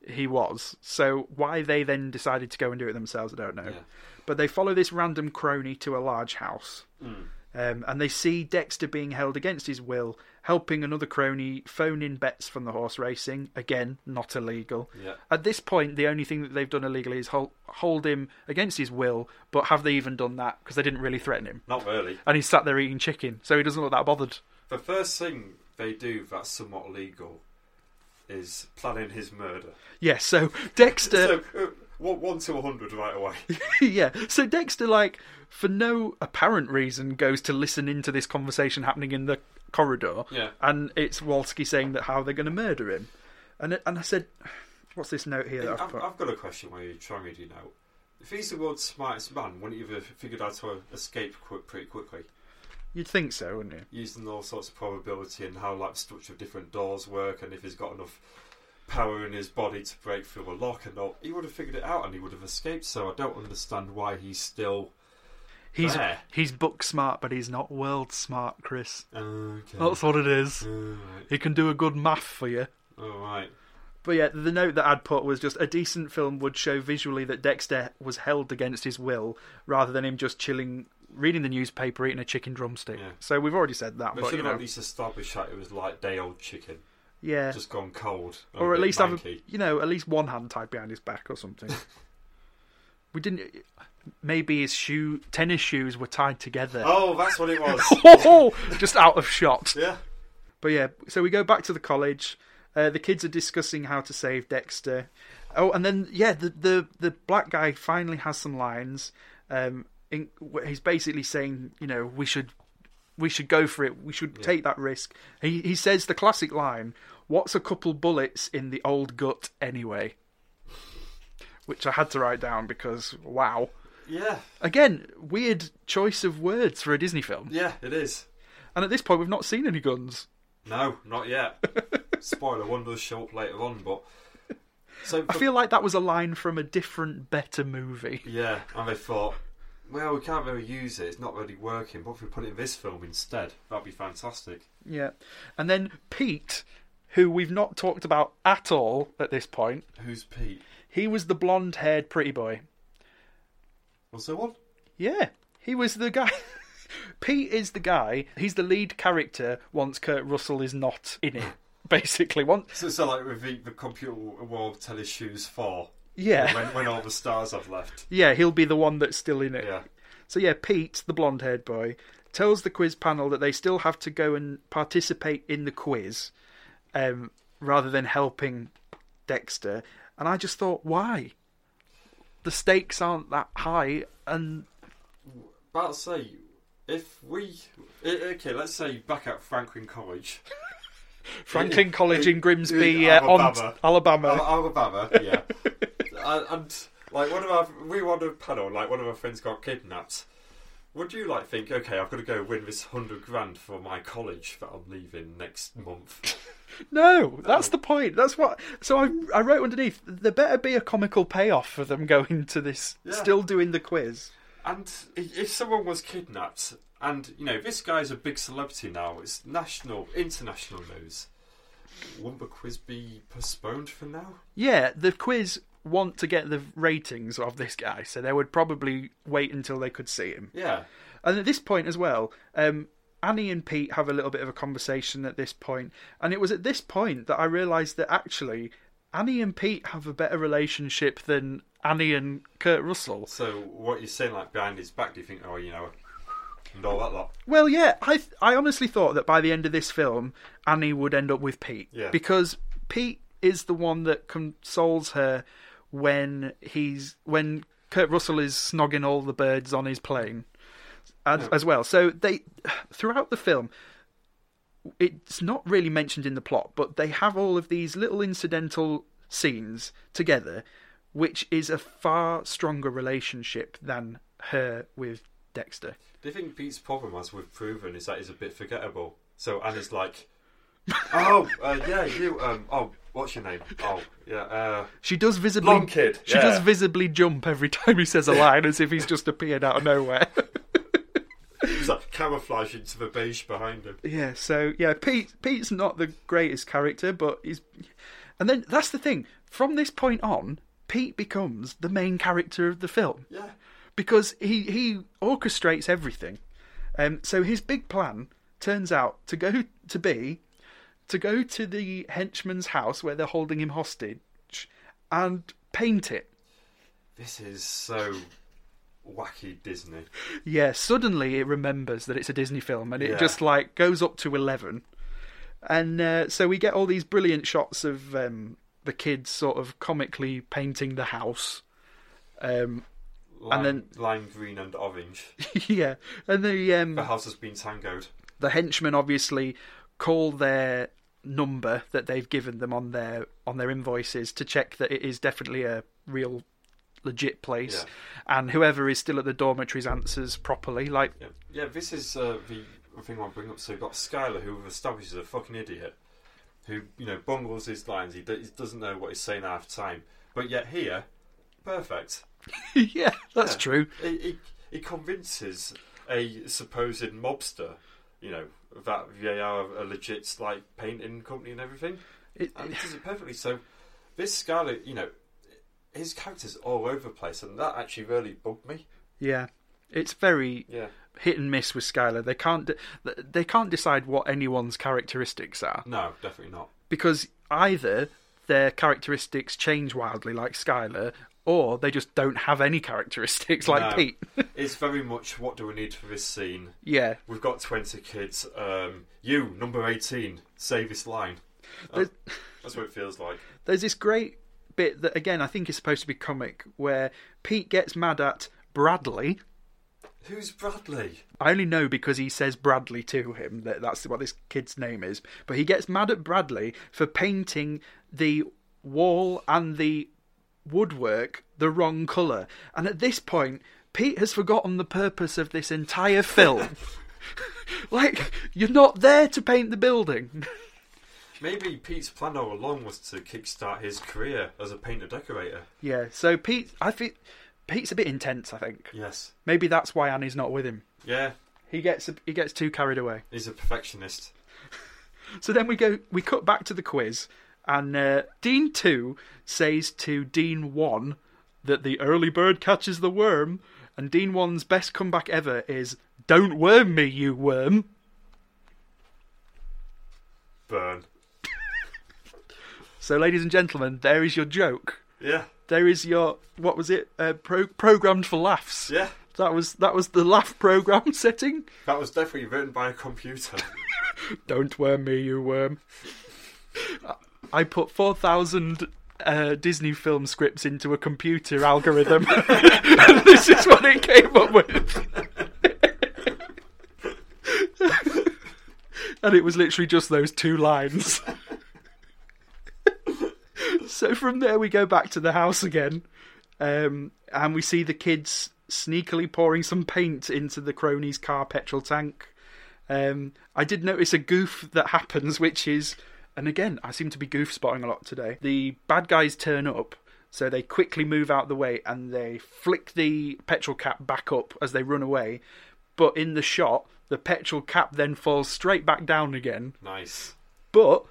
B: he was. So why they then decided to go and do it themselves, I don't know.
C: Yeah.
B: But they follow this
C: Mm.
B: random crony to a large house, um, and they see Dexter being held against his will helping another crony phone in bets from the horse racing. Again, not illegal.
C: Yeah.
B: At this point, the only thing that they've done illegally is hold, hold him against his will, but have they even done that? Because they didn't really threaten him.
C: Not really.
B: And he's sat there eating chicken, so he doesn't look that bothered.
C: The first thing they do that's somewhat legal is planning his murder.
B: Yeah, so Dexter.
C: So, uh, one, one to a hundred right away.
B: yeah. So Dexter, like, for no apparent reason, goes to listen into this conversation happening in the corridor.
C: Yeah.
B: And it's Walski saying that how they're going to murder him. And and I said, what's this note here that I've
C: I've,
B: put?
C: I've got a question where you're trying to do now. If he's the world's smartest man, wouldn't you have figured out how to escape quick, pretty quickly?
B: You'd think so, wouldn't you?
C: Using all sorts of probability and how like the structure of different doors work, and if he's got enough power in his body to break through a lock and all, he would have figured it out and he would have escaped. So I don't understand why he's still
B: He's
C: there.
B: he's book smart, but he's not world smart, Chris.
C: Okay.
B: That's what it is.
C: Alright.
B: He can do a good math for you.
C: Alright.
B: But yeah, the note that I'd put was just a decent film would show visually that Dexter was held against his will rather than him just chilling, reading the newspaper, eating a chicken drumstick.
C: Yeah.
B: So we've already said that.
C: They
B: But,
C: should
B: you
C: have
B: know,
C: at least established that it was like day old chicken,
B: yeah.
C: just gone cold. and
B: or
C: a
B: at
C: bit
B: least have, a,
C: manky.
B: you know, at least one hand tied behind his back or something. we didn't. Maybe his shoe, tennis shoes were tied together.
C: Oh, that's what it was. Oh.
B: just out of shot.
C: yeah.
B: But yeah, so we go back to the college. Uh, the kids are discussing how to save Dexter. Oh, and then yeah, the the, the black guy finally has some lines. Um, in, wh- he's basically saying, you know, we should we should go for it. We should take that risk. He he says the classic line, "What's a couple bullets in the old gut anyway?" Which I had to write down because wow.
C: Yeah.
B: Again, weird choice of words for a Disney film.
C: Yeah, it is.
B: And at this point, we've not seen any guns.
C: No, not yet. Spoiler, one does show up later on, but so
B: I feel like that was a line from a different, better movie.
C: yeah, and they thought, well, we can't really use it; it's not really working. But if we put it in this film instead, that'd be fantastic.
B: Yeah. And then Pete, who we've not talked about at all at this point,
C: Who's Pete?
B: he was the blonde haired pretty boy.
C: Was there one?
B: Yeah. He was the guy. Pete is the guy. He's the lead character once Kurt Russell is not in it, basically. Once,
C: So, so like with the, the computer will tell his shoes for
B: yeah.
C: when, when all the stars have left.
B: Yeah, he'll be the one that's still in it.
C: Yeah,
B: So yeah, Pete, the blonde-haired boy, tells the quiz panel that they still have to go and participate in the quiz, um, rather than helping Dexter. And I just thought, why? The stakes aren't that high, and
C: about to say if we eh, okay, let's say back at Franklin College.
B: Franklin College in Grimsby,
C: Yeah,
B: uh, on
C: Alabama.
B: Alabama.
C: Al- Alabama, yeah. and, and like one of our, we were on a panel, like one of our friends got kidnapped. Would you like think, okay, I've got to go win this hundred grand for my college that I'm leaving next month?
B: No, that's the point. That's what. So I, I wrote underneath. There better be a comical payoff for them going to this,
C: Yeah.
B: still doing the quiz.
C: and i- if someone was kidnapped, and you know this guy's a big celebrity now, it's national, international news. Wouldn't the quiz be postponed for now?
B: Yeah, the quiz want to get the ratings of this guy, so they would probably wait until they could see him.
C: Yeah,
B: And at this point as well, um, Annie and Pete have a little bit of a conversation at this point, and it was at this point that I realised that actually Annie and Pete have a better relationship than Annie and Kurt Russell.
C: So what you're saying, like behind his back, do you think, oh, you know, and all that lot?
B: Well, yeah, I th- I honestly thought that by the end of this film, Annie would end up with Pete
C: Yeah.
B: because Pete is the one that consoles her when he's when Kurt Russell is snogging all the birds on his plane as, as well. So they throughout the film. It's not really mentioned in the plot, but they have all of these little incidental scenes together, which is a far stronger relationship than her with Dexter.
C: Do you think Pete's problem, as we've proven, is that he's a bit forgettable? So Anna's like, oh, uh, yeah, you, um, oh, what's your name? Oh, yeah, uh,
B: She does visibly.
C: Long kid,
B: She
C: yeah.
B: does visibly jump every time he says a line, as if he's just appeared out of nowhere.
C: he's like camouflage into the beige behind him.
B: yeah. So yeah, Pete. Pete's not the greatest character, but he's. And then that's the thing. From this point on, Pete becomes the main character of the film
C: Yeah,
B: because he he orchestrates everything. Um, so his big plan turns out to go to be to go to the henchman's house where they're holding him hostage and paint it.
C: This is so wacky Disney.
B: Yeah, suddenly it remembers that it's a Disney film and it
C: Yeah.
B: just like goes up to 11. And uh, so we get all these brilliant shots of um, the kids sort of comically painting the house. Um,
C: Lime,
B: then-
C: lime green and orange.
B: yeah, and the
C: The
B: um,
C: house has been tangoed.
B: the henchmen obviously call their number that they've given them on their on their invoices to check that it is definitely a real legit place and whoever is still at the dormitories answers properly like
C: Yeah, yeah this is uh, the thing I will bring up. So you've got Skylar, who we've established is a fucking idiot, who, you know, bungles his lines. He, do- he doesn't know what he's saying half the time. But yet here, perfect.
B: yeah that's
C: Yeah.
B: true
C: He, he, he convinces a supposed mobster, you know, that they are a legit, like, painting company and everything.
B: It-
C: And he does it perfectly. So this Scarlet, you know, his character's all over the place, and that actually really bugged me.
B: yeah it's very
C: Yeah,
B: hit and miss with Skylar. They can't de- they can't decide what anyone's characteristics are
C: no, definitely not.
B: because either their characteristics change wildly, like Skylar, or they just don't have any characteristics, like
C: No.
B: Pete.
C: It's very much what do we need for this scene?
B: yeah,
C: We've got twenty kids. Um, you, number eighteen, say this line. Uh,
B: There's-
C: that's what it feels like.
B: there's this great bit that again I think is supposed to be comic where Pete gets mad at Bradley.
C: Who's Bradley?
B: I only know because he says Bradley to him that that's what this kid's name is. But he gets mad at Bradley for painting the wall and the woodwork the wrong colour. And at this point, Pete has forgotten the purpose of this entire film. like, you're not there to paint the building.
C: Maybe Pete's plan all along was to kickstart his career as a painter decorator.
B: yeah, so Pete, I think Pete's a bit intense. I think
C: Yes.
B: maybe that's why Annie's not with him.
C: Yeah,
B: He gets he gets too carried away.
C: he's a perfectionist.
B: So then we go, we cut back to the quiz, and uh, Dean two says to Dean one that the early bird catches the worm, and Dean one's best comeback ever is "Don't worm me, you worm."
C: Burn.
B: So, ladies and gentlemen, there is your joke.
C: Yeah.
B: There is your what was it? Uh, pro- programmed for laughs.
C: Yeah.
B: That was that was the laugh program setting.
C: That was definitely written by a computer.
B: Don't worm me, you worm. I put 4,000 uh, Disney film scripts into a computer algorithm. and this is what it came up with. and it was literally just those two lines. so from there, we go back to the house again. Um, and we see the kids sneakily pouring some paint into the cronies' car petrol tank. Um, I did notice a goof that happens, which is, and again, I seem to be goof spotting a lot today. The bad guys turn up, so they quickly move out the way and they flick the petrol cap back up as they run away. But in the shot, the petrol cap then falls straight back down again.
C: nice.
B: But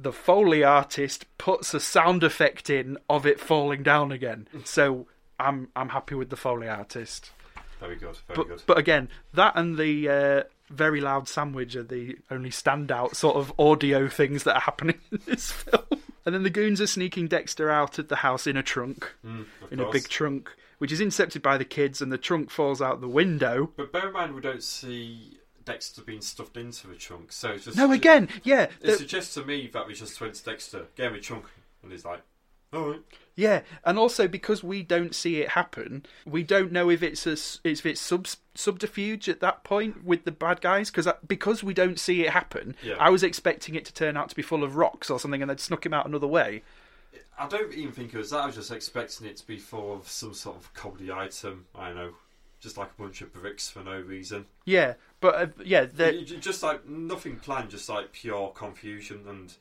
B: the Foley artist puts a sound effect in of it falling down again. So I'm I'm happy with the Foley artist.
C: Very good. Very good.
B: But, but again, that and the uh, very loud sandwich are the only standout sort of audio things that are happening in this film. And then the goons are sneaking Dexter out of the house in a trunk,
C: Mm, Hmm, Of
B: in a
C: course.
B: big trunk, which is intercepted by the kids, and the trunk falls out the window.
C: But bear in mind, we don't see Dexter being stuffed into the trunk, so it's just
B: No, again, yeah,
C: It
B: the-
C: suggests to me that we just went to Dexter, gave him a chunk, and he's like, "All right,
B: yeah, and also because we don't see it happen, we don't know if it's a s if it's sub, subterfuge at that point with the bad guys because because we don't see it happen.
C: Yeah.
B: I was expecting it to turn out to be full of rocks or something, and they'd snuck him out another way.
C: I don't even think it was that. I was just expecting it to be for some sort of comedy item. I don't know, just like a bunch of bricks for no reason.
B: Yeah, but uh, yeah, the,
C: You- you- just like nothing planned, just like pure confusion and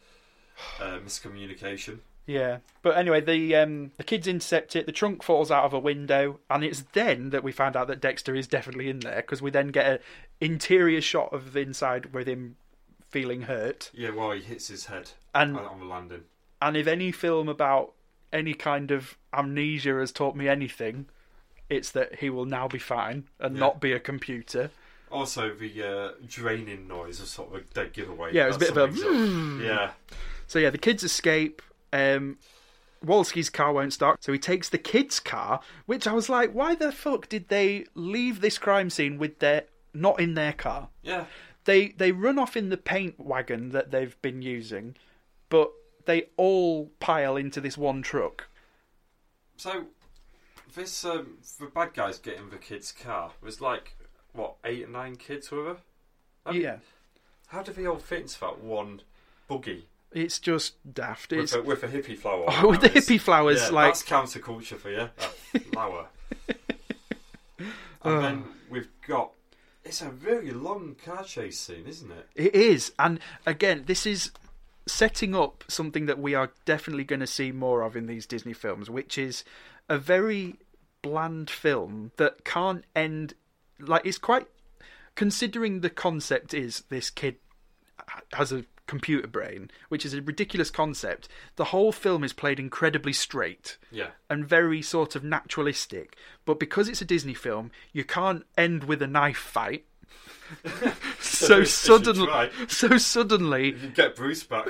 C: uh, miscommunication.
B: yeah. But anyway, the um, the kids intercept it. The trunk falls out of a window, and it's then that we find out that Dexter is definitely in there because we then get an interior shot of the inside with him feeling hurt.
C: Yeah, well, he hits his head
B: And-
C: on- on the landing.
B: And if any film about any kind of amnesia has taught me anything, it's that he will now be fine and
C: Yeah.
B: not be a computer.
C: Also, the uh, draining noise was sort of a dead giveaway.
B: Yeah, it was a
C: That's
B: bit of a
C: something's up. Yeah.
B: So yeah, the kids escape. Um, Wolski's car won't start, so he takes the kids' car. Which I was like, why the fuck did they leave this crime scene with their not in their car?
C: Yeah.
B: They they run off in the paint wagon that they've been using, but they all pile into this one truck.
C: So, this um, the bad guys getting the kid's car was like what eight or nine kids were there? I mean,
B: yeah,
C: How did they all fit into that one buggy
B: it's just daft. It's Oh,
C: with a, with a hippie flower? on
B: with the
C: it? It's-
B: hippie flowers,
C: yeah,
B: like
C: that's counterculture for you. A flower. and then
B: Oh.
C: we've got. It's a very long car chase scene, isn't it?
B: It is, and again, this is setting up something that we are definitely going to see more of in these Disney films, which is a very bland film that can't end. Like it's quite considering the concept is this kid has a computer brain, which is a ridiculous concept. The whole film is played incredibly straight
C: Yeah.
B: and very sort of naturalistic. But because it's a Disney film, you can't end with a knife fight. so
C: They should
B: suddenly,
C: try.
B: so suddenly,
C: You get Bruce back.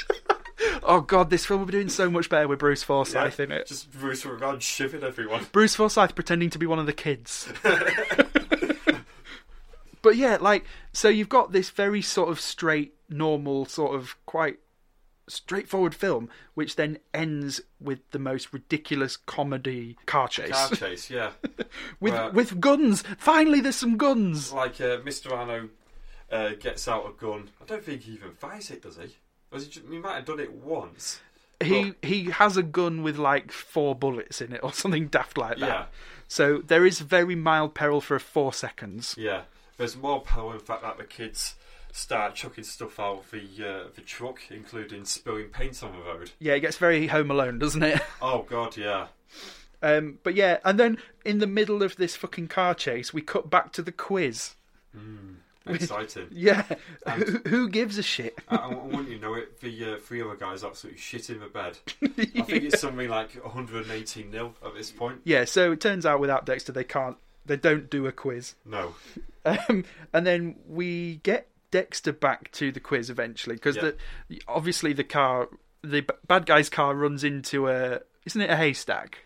B: oh god, this film will be doing so much better with Bruce Forsyth in it.
C: Just Bruce around shivering everyone.
B: Bruce Forsyth pretending to be one of the kids. but yeah, like so you've got this very sort of straight, normal, sort of quite straightforward film, which then ends with the most ridiculous comedy car chase
C: Car chase, yeah.
B: with
C: Well-
B: with guns. Finally, there's some guns.
C: like uh, Mr. Arno uh, gets out a gun. I don't think he even fires it, does he? Or is he, ju- he might have done it once.
B: He he has a gun with like four bullets in it or something daft like that.
C: Yeah.
B: So there is very mild peril for four seconds.
C: Yeah. There's more power in fact that the kids start chucking stuff out of the, uh, the truck, including spilling paint on the road.
B: Yeah, it gets very Home Alone, doesn't it?
C: Oh, God, yeah.
B: Um, but yeah, and then in the middle of this fucking car chase, we cut back to the quiz.
C: Exciting.
B: Yeah, who, who gives a shit?
C: I, I want you to know it. The uh, three other guys absolutely shit in the bed. I think it's something like 118 nil at this point.
B: Yeah, so it turns out without Dexter, they can't, they don't do a quiz.
C: No.
B: Um, and then we get Dexter back to the quiz eventually because
C: Yeah.
B: the obviously the car, the b- bad guy's car runs into a isn't it a haystack?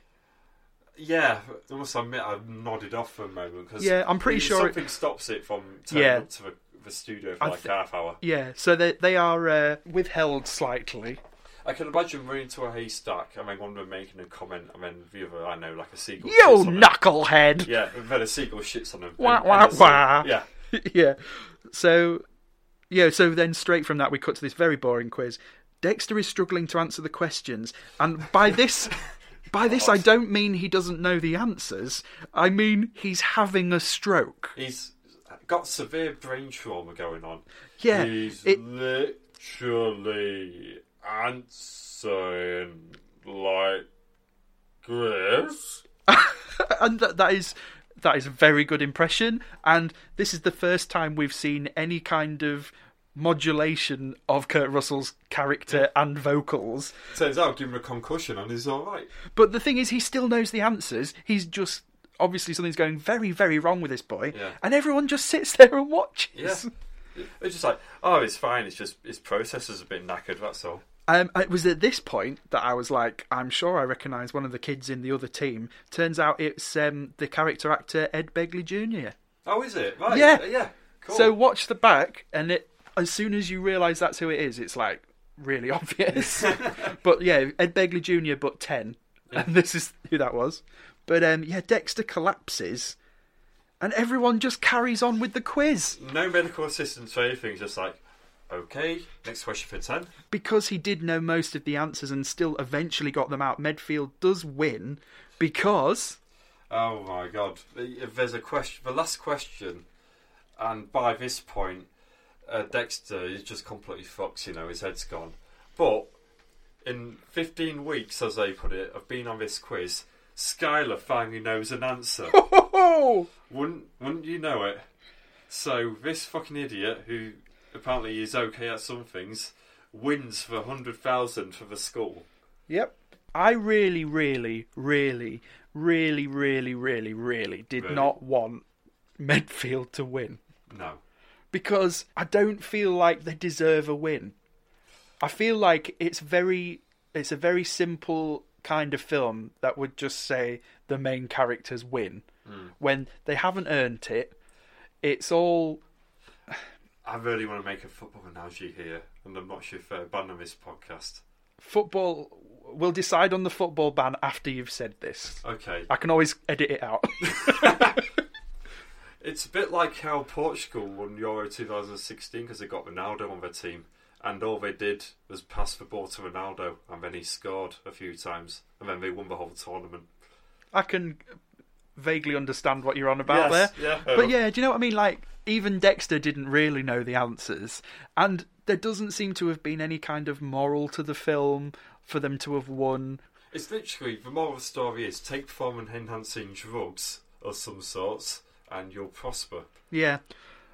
C: Yeah, I must admit I nodded off for a moment because
B: Yeah, I'm pretty sure it-
C: something stops it from turning
B: Yeah.
C: up to the, the studio for
B: I
C: like
B: thi-
C: half hour.
B: Yeah, so they they are uh, withheld slightly.
C: I can imagine running to a haystack and then one of them making a comment and then the other I know like a seagull. shits
B: Yo,
C: on him.
B: knucklehead!
C: Yeah, and then a seagull shits on him.
B: Wah,
C: and-
B: wah,
C: and that's it.
B: wah.
C: Yeah,
B: yeah. So, yeah, so then straight from that, we cut to this very boring quiz. Dexter is struggling to answer the questions, and by this. By this, I don't mean he doesn't know the answers. I mean he's having a stroke.
C: he's got severe brain trauma going on.
B: Yeah,
C: he's
B: it-
C: literally answering like this.
B: and that, that is that is a very good impression. And this is the first time we've seen any kind of modulation of Kurt Russell's character and vocals.
C: Turns out, give him a concussion and he's all right.
B: But the thing is, he still knows the answers. He's just obviously something's going very, very wrong with this boy,
C: Yeah.
B: and everyone just sits there and
C: Yeah.
B: watches.
C: It's just like, oh, it's fine. It's just his processor's a bit knackered. That's all.
B: Um, it was at this point that I was like, I'm sure I recognise one of the kids in the other team. Turns out it's um, the character actor Ed Begley Jr.
C: Oh, is it? Right.
B: Yeah.
C: Uh, Yeah. Cool.
B: So watch the back, and it as soon as you realise that's who it is, it's like really obvious. but yeah, Ed Begley Jr. but ten, and this is who that was. But um, yeah, Dexter collapses, and everyone just carries on with the quiz
C: no medical assistance or anything. it's Just like, okay, next question for ten.
B: because he did know most of the answers and still eventually got them out. Medfield does win because
C: Oh my god. If There's a question. The last question, and by this point, uh, Dexter is just completely fucked. You know, his head's gone. But in 15 weeks, as they put it, of being on this quiz, Skylar finally knows an answer.
B: oh,
C: Wouldn't wouldn't you know it? So this fucking idiot who apparently is okay at some things wins for hundred thousand for the school.
B: yep. I really, really, really, really, really, really, really did
C: Really?
B: not want Medfield to win
C: No.
B: because I don't feel like they deserve a win. I feel like it's very it's a very simple kind of film that would just say the main characters win when they haven't earned it. It's all
C: I really want to make a football analogy here, and I'm not sure if uh, banned on this podcast.
B: football. We'll decide on the football ban after you've said this.
C: Okay,
B: I can always edit it out.
C: it's a bit like how Portugal won Euro 2016 because they got Ronaldo on their team, and all they did was pass the ball to Ronaldo, and then he scored a few times, and then they won the whole tournament.
B: I can vaguely understand what you're on about there.
C: Yes, yeah, fair
B: But
C: enough.
B: yeah, do you know what I mean? Like, even Dexter didn't really know the answers, and there doesn't seem to have been any kind of moral to the film for them to have won.
C: It's literally the moral of the story is take performance enhancing drugs of some sorts, and you'll prosper.
B: Yeah.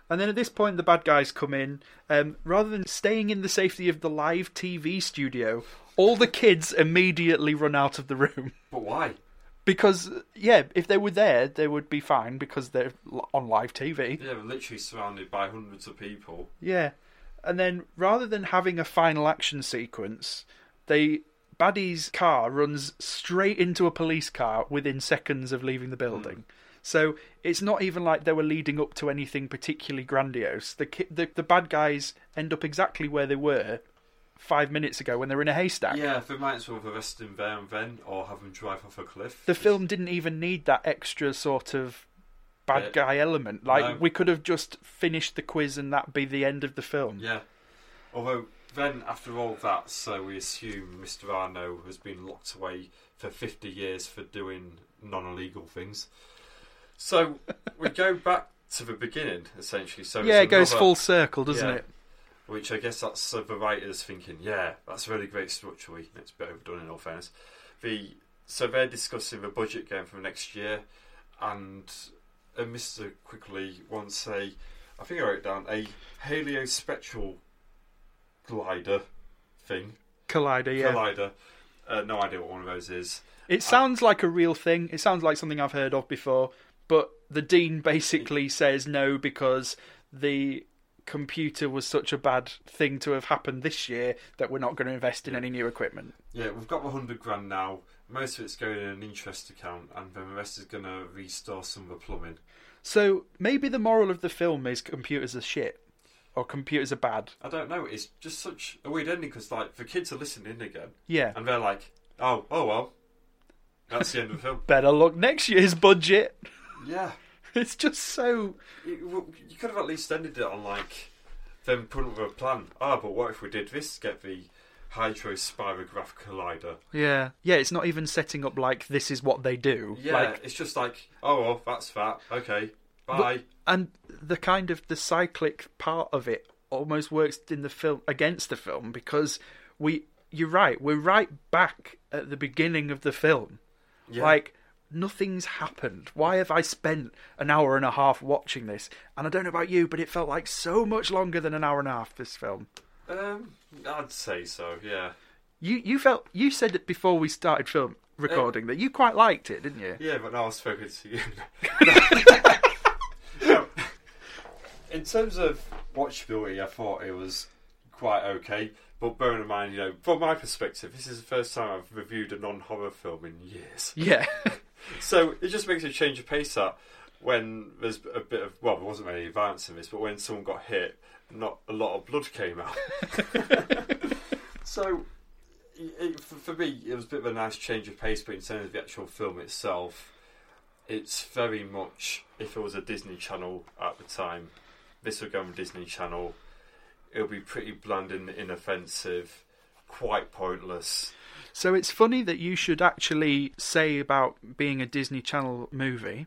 B: And then at this point, the bad guys come in. Um, rather than staying in the safety of the live TV studio, all the kids immediately run out of the room.
C: But why?
B: Because, yeah, if they were there, they would be fine because they're l- on live TV.
C: Yeah, we're literally surrounded by hundreds of people.
B: Yeah. And then rather than having a final action sequence, they Buddy's car runs straight into a police car within seconds of leaving the building. So it's not even like they were leading up to anything particularly grandiose. The, ki- the the bad guys end up exactly where they were five minutes ago when they were in a haystack.
C: Yeah, they might as well arrest him there and then, or have him drive off a cliff.
B: The film didn't even need that extra sort of bad
C: Yeah.
B: guy element. Like
C: No.
B: we could have just finished the quiz and that be the end of the film.
C: Yeah. Although, then after all that, so we assume Mr. Arno has been locked away for 50 years for doing non illegal things. So we go back to the beginning, essentially. So
B: Yeah,
C: it's
B: it goes
C: another-
B: full circle, doesn't
C: Yeah.
B: it?
C: Which I guess that's uh, the writers thinking, yeah, that's really great structurally. It's a bit overdone in all fairness. The so they're discussing the budget game for next year, and uh, Mr. Quickly wants a, I think I wrote it down a heliospectral glider thing,
B: Collider, yeah.
C: collider. Uh, no idea what one of those is.
B: It sounds like a real thing. It sounds like something I've heard of before. But the dean basically says no because the computer was such a bad thing to have happened this year that we're not going to invest in any new equipment.
C: Yeah, we've got the hundred grand now. Most of it's going in an interest account, and then the rest is going to restore some of the plumbing.
B: So maybe the moral of the film is computers are shit or computers are bad.
C: I don't know. It's just such a weird ending because like the kids are listening in again,
B: Yeah.
C: and they're like, "Oh, oh well, that's the end of the film."
B: Better look next year's budget.
C: Yeah,
B: It's just so.
C: you, well, you could have at least ended it on like them putting up with a plan. Ah, but what if we did this? Get the hydrospirograph collider.
B: Yeah. Yeah, it's not even setting up like this is what they do.
C: Yeah,
B: Like,
C: it's just like, oh well, that's that. Okay, bye.
B: and the kind of the cyclic part of it almost works in the film against the film because we you're right we're right back at the beginning of the film
C: Yeah.
B: like nothing's happened why have i spent an hour and a half watching this and i don't know about you but it felt like so much longer than an hour and a half this film
C: um, I'd say so. Yeah,
B: you you felt you said it before we started film recording that you quite liked it didn't you
C: yeah, but now I was spoken to you. in terms of watchability, I thought it was quite okay. But bearing in mind, you know, from my perspective, this is the first time I've reviewed a non-horror film in years.
B: yeah
C: So it just makes a change of pace up when there's a bit of well, there wasn't any violence in this, but when someone got hit, not a lot of blood came out. so it, for, for me, it was a bit of a nice change of pace. But in terms of the actual film itself, it's very much if it was a Disney Channel at the time, this would go on Disney Channel. It'll be pretty bland and inoffensive, quite pointless.
B: So it's funny that you should actually say about being a Disney Channel movie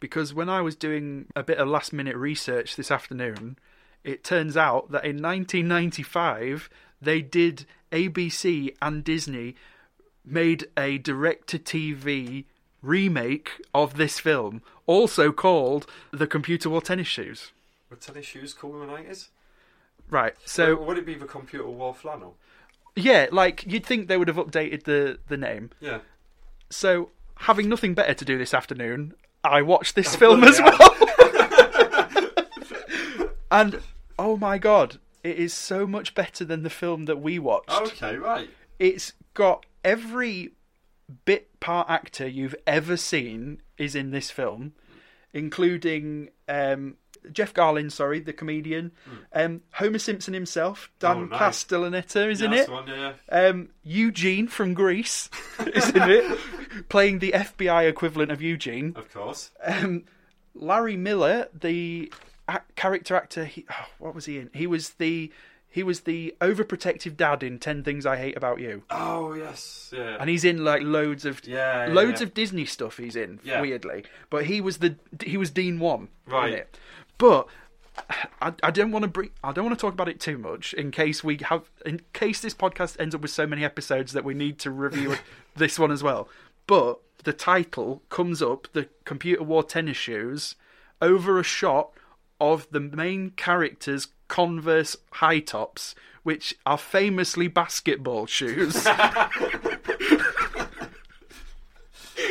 B: because when I was doing a bit of last minute research this afternoon, it turns out that in 1995 they did ABC and Disney made a direct to TV remake of this film, also called The Computer Wore Tennis Shoes.
C: Were tennis shoes called in the nineties?
B: Right,
C: So
B: so
C: would it be the computer war flannel?
B: yeah, like you'd think they would have updated the, the name.
C: Yeah. Oh,
B: So, having nothing better to do this afternoon, I watched this film as well. And oh my god, it is so much better than the film that we watched.
C: Okay, right.
B: It's got every bit part actor you've ever seen is in this film, including um, Jeff Garlin, sorry, the comedian, um, Homer Simpson himself, Dan
C: Hmm. Oh, nice.
B: Castellaneta is
C: Yeah,
B: in
C: that's
B: it,
C: the one, yeah.
B: um, Eugene from Greece is in it, playing the FBI equivalent of Eugene.
C: Of course.
B: Um, Larry Miller, the ac- character actor, he, oh, what was he in? He was the he was the overprotective dad in Ten Things I Hate About You,
C: Oh yes, yeah.
B: and he's in like loads of
C: yeah, yeah,
B: loads
C: yeah.
B: of Disney stuff. He's in
C: Yeah.
B: weirdly, but he was the he was Dean One
C: Right.
B: in it. But I, I don't want to bring I don't want to talk about it too much in case we have in case this podcast ends up with so many episodes that we need to review this one as well. But the title comes up: the computer wore tennis shoes over a shot of the main character's Converse high tops, which are famously basketball shoes.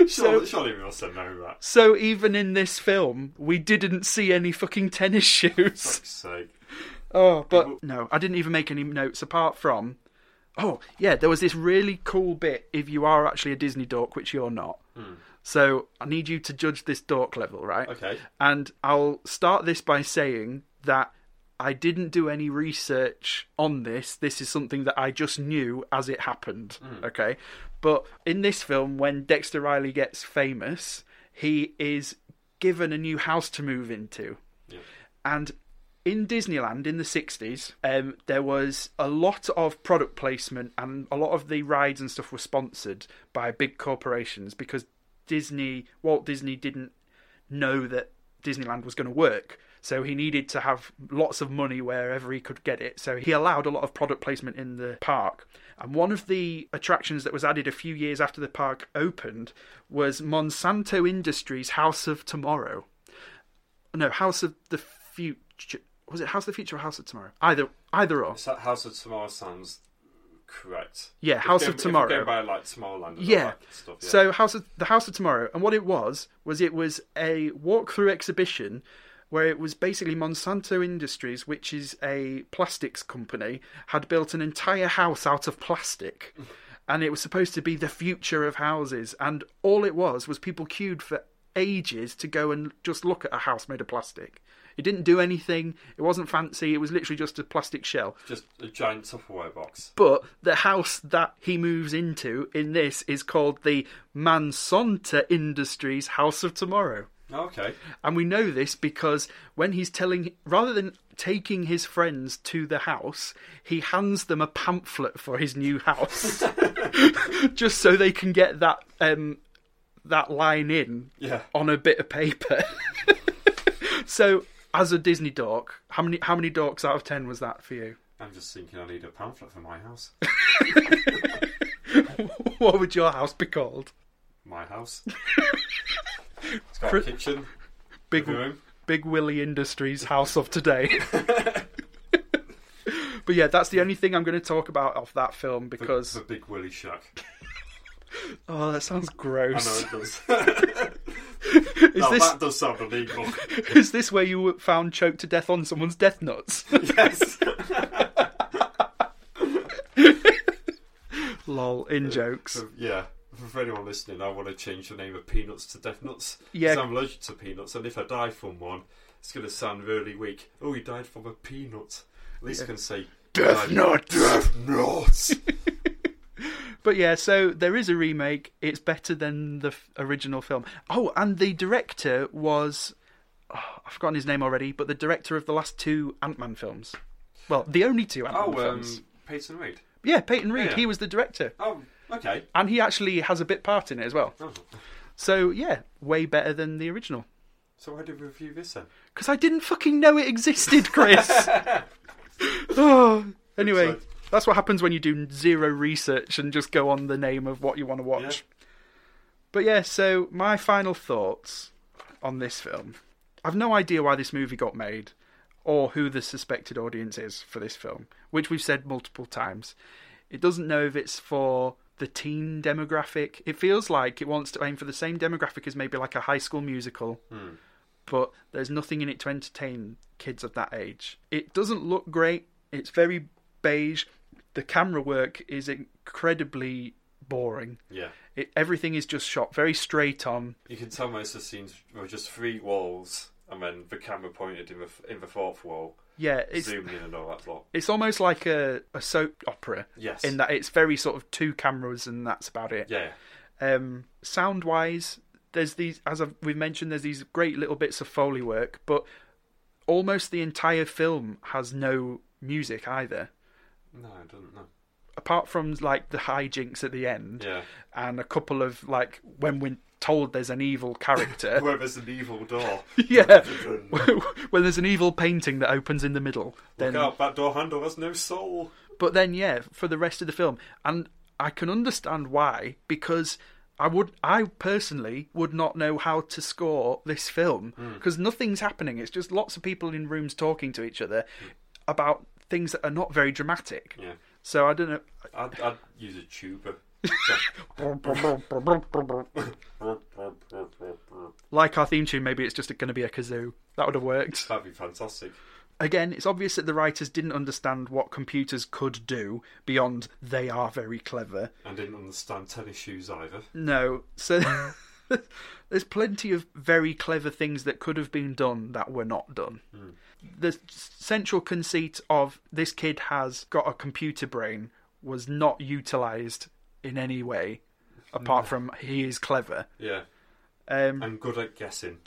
C: surely, surely we also know that.
B: So even in this film, we didn't see any fucking tennis shoes.
C: So
B: Oh, but no, I didn't even make any notes apart from. Oh, yeah, there was this really cool bit if you are actually a Disney dork, which you're not. So I need you to judge this dork level, right?
C: okay.
B: And I'll start this by saying that I didn't do any research on this. This is something that I just knew as it happened. Okay. But in this film, when Dexter Riley gets famous, he is given a new house to move into.
C: Yeah.
B: And in Disneyland in the 60s, um, there was a lot of product placement and a lot of the rides and stuff were sponsored by big corporations because Disney, Walt Disney didn't know that Disneyland was going to work. So he needed to have lots of money wherever he could get it. So he allowed a lot of product placement in the park. And one of the attractions that was added a few years after the park opened was Monsanto Industries House of Tomorrow no House of the Future was it House of the Future or House of Tomorrow? Either either or.
C: So House of Tomorrow sounds correct.
B: Yeah,
C: If
B: House
C: we're
B: of
C: going- if we're
B: Tomorrow.
C: Going by like Tomorrowland. And
B: Yeah.
C: All that stuff, yeah.
B: So House of the House of Tomorrow, and what it was was it was a walkthrough exhibition where it was basically Monsanto Industries, which is a plastics company, had built an entire house out of plastic. And it was supposed to be the future of houses, and all it was was people queued for ages to go and just look at a house made of plastic. It didn't do anything. It wasn't fancy. It was literally just a plastic shell.
C: just a giant Tupperware box.
B: But the house that he moves into in this is called the Mansonta Industries House of Tomorrow.
C: Oh, okay.
B: And we know this because when he's telling, rather than taking his friends to the house, he hands them a pamphlet for his new house, just so they can get that um, that line in
C: Yeah.
B: on a bit of paper. so, as a Disney dork, how many how many dorks out of ten was that for you?
C: I'm just thinking I need a pamphlet for my house.
B: what would your house be called?
C: my house. it's got a
B: Chris-
C: kitchen,
B: Big
C: living room.
B: Big Willie Industries House of Today. but yeah, that's the only thing I'm going to talk about of that film
C: It's
B: because
C: a big Willy shack.
B: oh, that sounds
C: I know
B: gross.
C: it does.
B: Is
C: Now,
B: this
C: That does sound illegal.
B: is this where you were found choked to death on someone's death nuts?
C: yes.
B: Lol,
C: Uh,
B: in jokes.
C: Yeah. For anyone listening, I want to change the name of peanuts to death nuts. 'cause
B: Yeah.
C: I'm allergic to peanuts, and if I die from one, it's going to sound really weak. Oh, he died from a peanut. At least I can say
B: Death
C: "Died-
B: nuts."
C: Death nuts.
B: But yeah, so there is a remake. It's better than the f- original film. Oh, and the director was oh, I've forgotten his name already, but the director of the last two Ant-Man films. Well, the only two Ant-Man
C: oh,
B: films.
C: um, Peyton Reed.
B: Yeah, Peyton Reed.
C: yeah.
B: He was the director.
C: Oh, okay.
B: and he actually has a bit part in it as well.
C: Oh.
B: So yeah, way better than the original.
C: So why did we review this then?
B: Because I didn't fucking know it existed, Chris. oh, anyway,
C: Sorry.
B: that's what happens when you do zero research and just go on the name of what you want to watch. But yeah, so my final thoughts on this film. I've no idea why this movie got made or who the suspected audience is for this film, which we've said multiple times. It doesn't know if it's for the teen demographic. It feels like it wants to aim for the same demographic as maybe like a high school musical, but there's nothing in it to entertain kids of that age. It doesn't look great. It's very beige. The camera work is incredibly boring.
C: Yeah.
B: It, everything is just shot very straight on.
C: You can tell most of the scenes were just three walls, and then the camera pointed in the in the fourth wall,
B: Yeah, it's
C: zooming in and all that lot.
B: it's almost like a, a soap opera
C: Yes.
B: in that it's very sort of two cameras and that's about it.
C: Yeah.
B: Um, sound wise, there's these as I've, we've mentioned, there's these great little bits of foley work, but almost the entire film has no music either,
C: No, I don't know.
B: apart from like the hijinks at the end
C: Yeah.
B: and a couple of like when we're told there's an evil character.
C: Where there's an evil door.
B: yeah,
C: Look
B: when there's an evil painting that opens in the middle, then
C: out, that door handle has no soul.
B: But then, yeah, for the rest of the film, and I can understand why because I would, I personally would not know how to score this film
C: Hmm.
B: because nothing's happening. It's just lots of people in rooms talking to each other about things that are not very dramatic.
C: Hmm. Yeah.
B: So I don't know.
C: I'd, I'd use a tuba. That'd
B: Like our theme tune, maybe it's just going to be a kazoo. That would have worked.
C: be fantastic.
B: Again, it's obvious that the writers didn't understand what computers could do beyond they are very clever.
C: And didn't understand tennis shoes either.
B: No. So there's plenty of very clever things that could have been done that were not done. The s- central conceit of this kid has got a computer brain was not utilized in any way apart from he is clever.
C: Yeah.
B: Um
C: I'm good at guessing.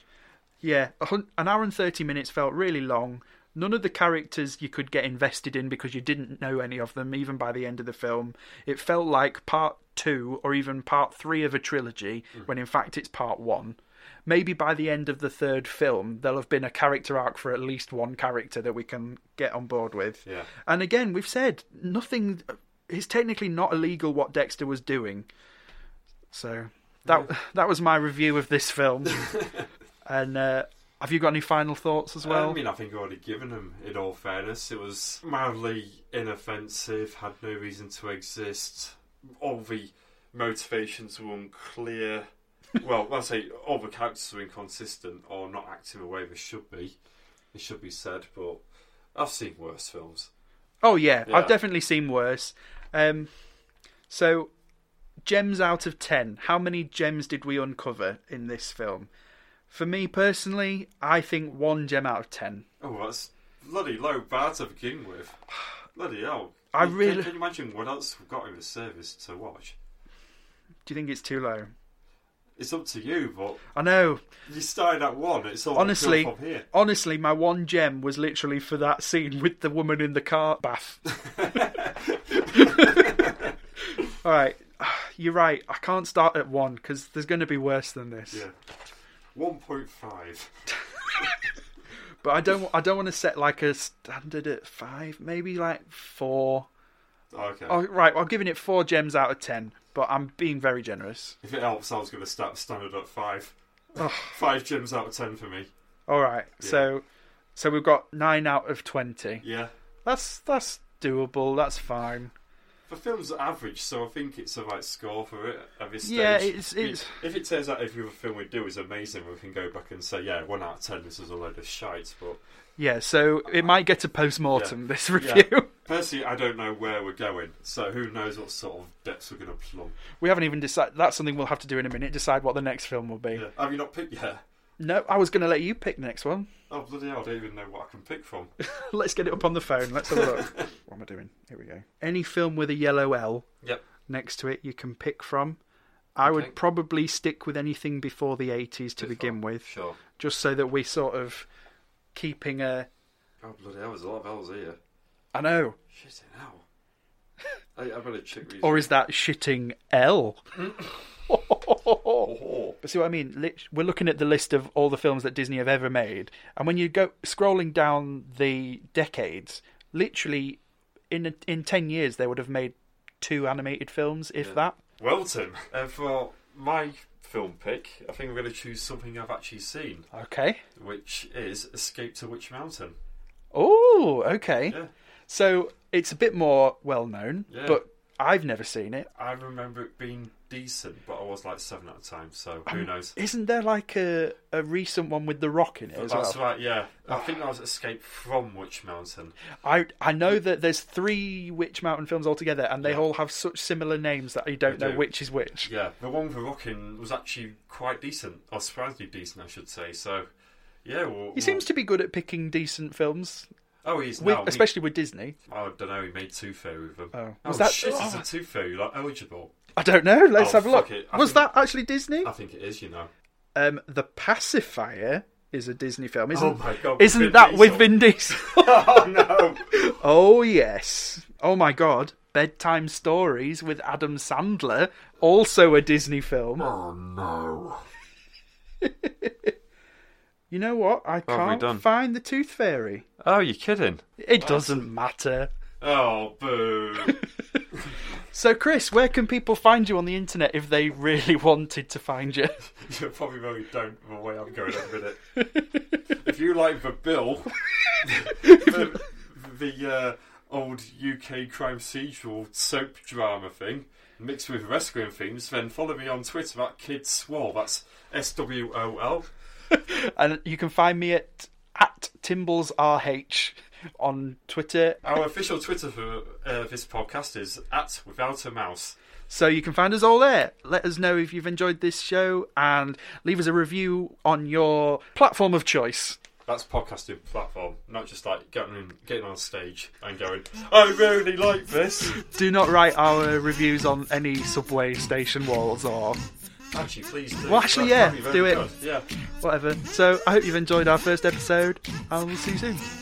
B: yeah, a hun- an hour and 30 minutes felt really long. None of the characters you could get invested in because you didn't know any of them, even by the end of the film. It felt like part two or even part three of a trilogy, when in fact it's part one. Maybe by the end of the third film, there'll have been a character arc for at least one character that we can get on board with.
C: Yeah.
B: And again, we've said nothing is technically not illegal what Dexter was doing. So that that was my review of this film. and uh, have you got any final thoughts as well?
C: I mean, I think I've already given them. In all fairness, it was mildly inoffensive, had no reason to exist. All the motivations were unclear. well, let's say all the characters were inconsistent or not acting the way they should be. It should be said, but I've seen worse films.
B: oh yeah,
C: Yeah.
B: I've definitely seen worse. Um, so gems out of ten. How many gems did we uncover in this film? For me personally, I think one gem out of ten.
C: Oh, that's bloody low bar to begin with. Bloody hell.
B: I
C: Can-
B: really-
C: Can you imagine what else we've got in the service to watch?
B: Do you think it's too low?
C: It's up to you, but
B: I know.
C: you started at one, it's all
B: Honestly,
C: up here.
B: honestly, my one gem was literally for that scene with the woman in the car bath. All right, you're right. I can't start at one because there's going to be worse than this.
C: Yeah. 1.5.
B: But I don't. I don't want to set like a standard at five. Maybe like four.
C: Okay.
B: Oh, right, I'm giving it four gems out of ten. But I'm being very generous.
C: If it helps, I was going to start standard at 5. 5 gems out of 10 for me.
B: All right. So, so we've got nine out of twenty.
C: Yeah.
B: That's that's doable. That's fine.
C: The film's average, so I think it's the right score for it at this stage.
B: Yeah, it's-
C: I mean,
B: it's-
C: If it turns out every other film we do is amazing, we can go back and say, yeah, 1 out of 10, this is a load of shite. But
B: Yeah, so it might get to post mortem this review.
C: personally, I don't know where we're going, so who knows what sort of depths we're going to plumb.
B: we haven't even decided. That's something we'll have to do in a minute. Decide what the next film will be.
C: Yeah. Have you not picked Yeah.
B: No, I was going to let you pick the next one.
C: Oh, bloody hell, I don't even know what I can pick from.
B: Let's get it up on the phone. Let's have a look. what am I doing? Here we go. Any film with a yellow L
C: yep.
B: next to it you can pick from. I
C: Okay.
B: would probably stick with anything before the 80s to begin with,
C: Sure.
B: just so that we sort of keeping a.
C: Oh, bloody hell, there's a lot of L's here.
B: I know.
C: Shitting hell. I, I better check these.
B: Or is that shitting L?
C: Oh,
B: But see what I mean? Lit- We're looking at the list of all the films that Disney have ever made, and when you go scrolling down the decades, literally in in ten years they would have made two animated films, if that.
C: Well, Tim, uh, for my film pick, I think we're going to choose something I've actually seen,
B: Okay.
C: which is Escape to Witch Mountain.
B: Oh, okay.
C: Yeah.
B: So it's a bit more well known,
C: Yeah.
B: but I've never seen it.
C: I remember it being decent, but I was like seven at the time, so who
B: I'm-
C: knows?
B: Isn't there like a, a recent one with The Rock in it as
C: That's
B: well?
C: right, yeah. I
B: Ah.
C: think that was Escape from Witch Mountain.
B: I I know that there's three Witch Mountain films altogether, and they
C: Yeah.
B: all have such similar names that you don't
C: They
B: know
C: do.
B: which is which.
C: Yeah, the one with Rockin was actually quite decent, or surprisingly decent, I should say. So, yeah, well,
B: He seems to be good at picking decent films,
C: Oh, he's
B: with,
C: now.
B: especially with Disney.
C: he, Oh, I don't know. He made Tooth Fairy with him.
B: Oh,
C: oh
B: was that?
C: shit! Is
B: oh,
C: a Tooth Fairy like eligible?
B: I don't know. Let's
C: Oh,
B: have a look.
C: fuck it. I
B: Was
C: think-
B: that actually Disney?
C: I think it is. You know.
B: Um, the Pacifier is a Disney film, isn't?
C: oh my god!
B: Isn't
C: Vin
B: that with
C: Diesel.
B: Vin Diesel?
C: oh no!
B: oh yes. Oh my God. Bedtime Stories with Adam Sandler, also a Disney film.
C: Oh no!
B: You know what? I
C: have we
B: can't
C: done?
B: find the Tooth Fairy.
C: Oh, you're kidding?
B: It doesn't matter.
C: Oh boo!
B: So, Chris, where can people find you on the internet if they really wanted to find you?
C: you probably really don't. The way I'm going at the minute. if you like the bill, the, the uh, old UK crime procedural soap drama thing. Mixed with rescuing themes, then follow me on Twitter at Kid Swole. That's S W O L.
B: And you can find me at at TimblesRH on Twitter.
C: Our official Twitter for uh, this podcast is at without a mouse.
B: So you can find us all there. Let us know if you've enjoyed this show and leave us a review on your platform of choice.
C: That's podcasting platform, not just like getting in, getting on stage and going. I really like this.
B: Do not write our reviews on any subway station walls or
C: Actually, please do.
B: Well, actually,
C: That'd
B: yeah,
C: be very
B: do it.
C: good. Yeah.
B: whatever. So I hope you've enjoyed our first episode and we'll see you soon.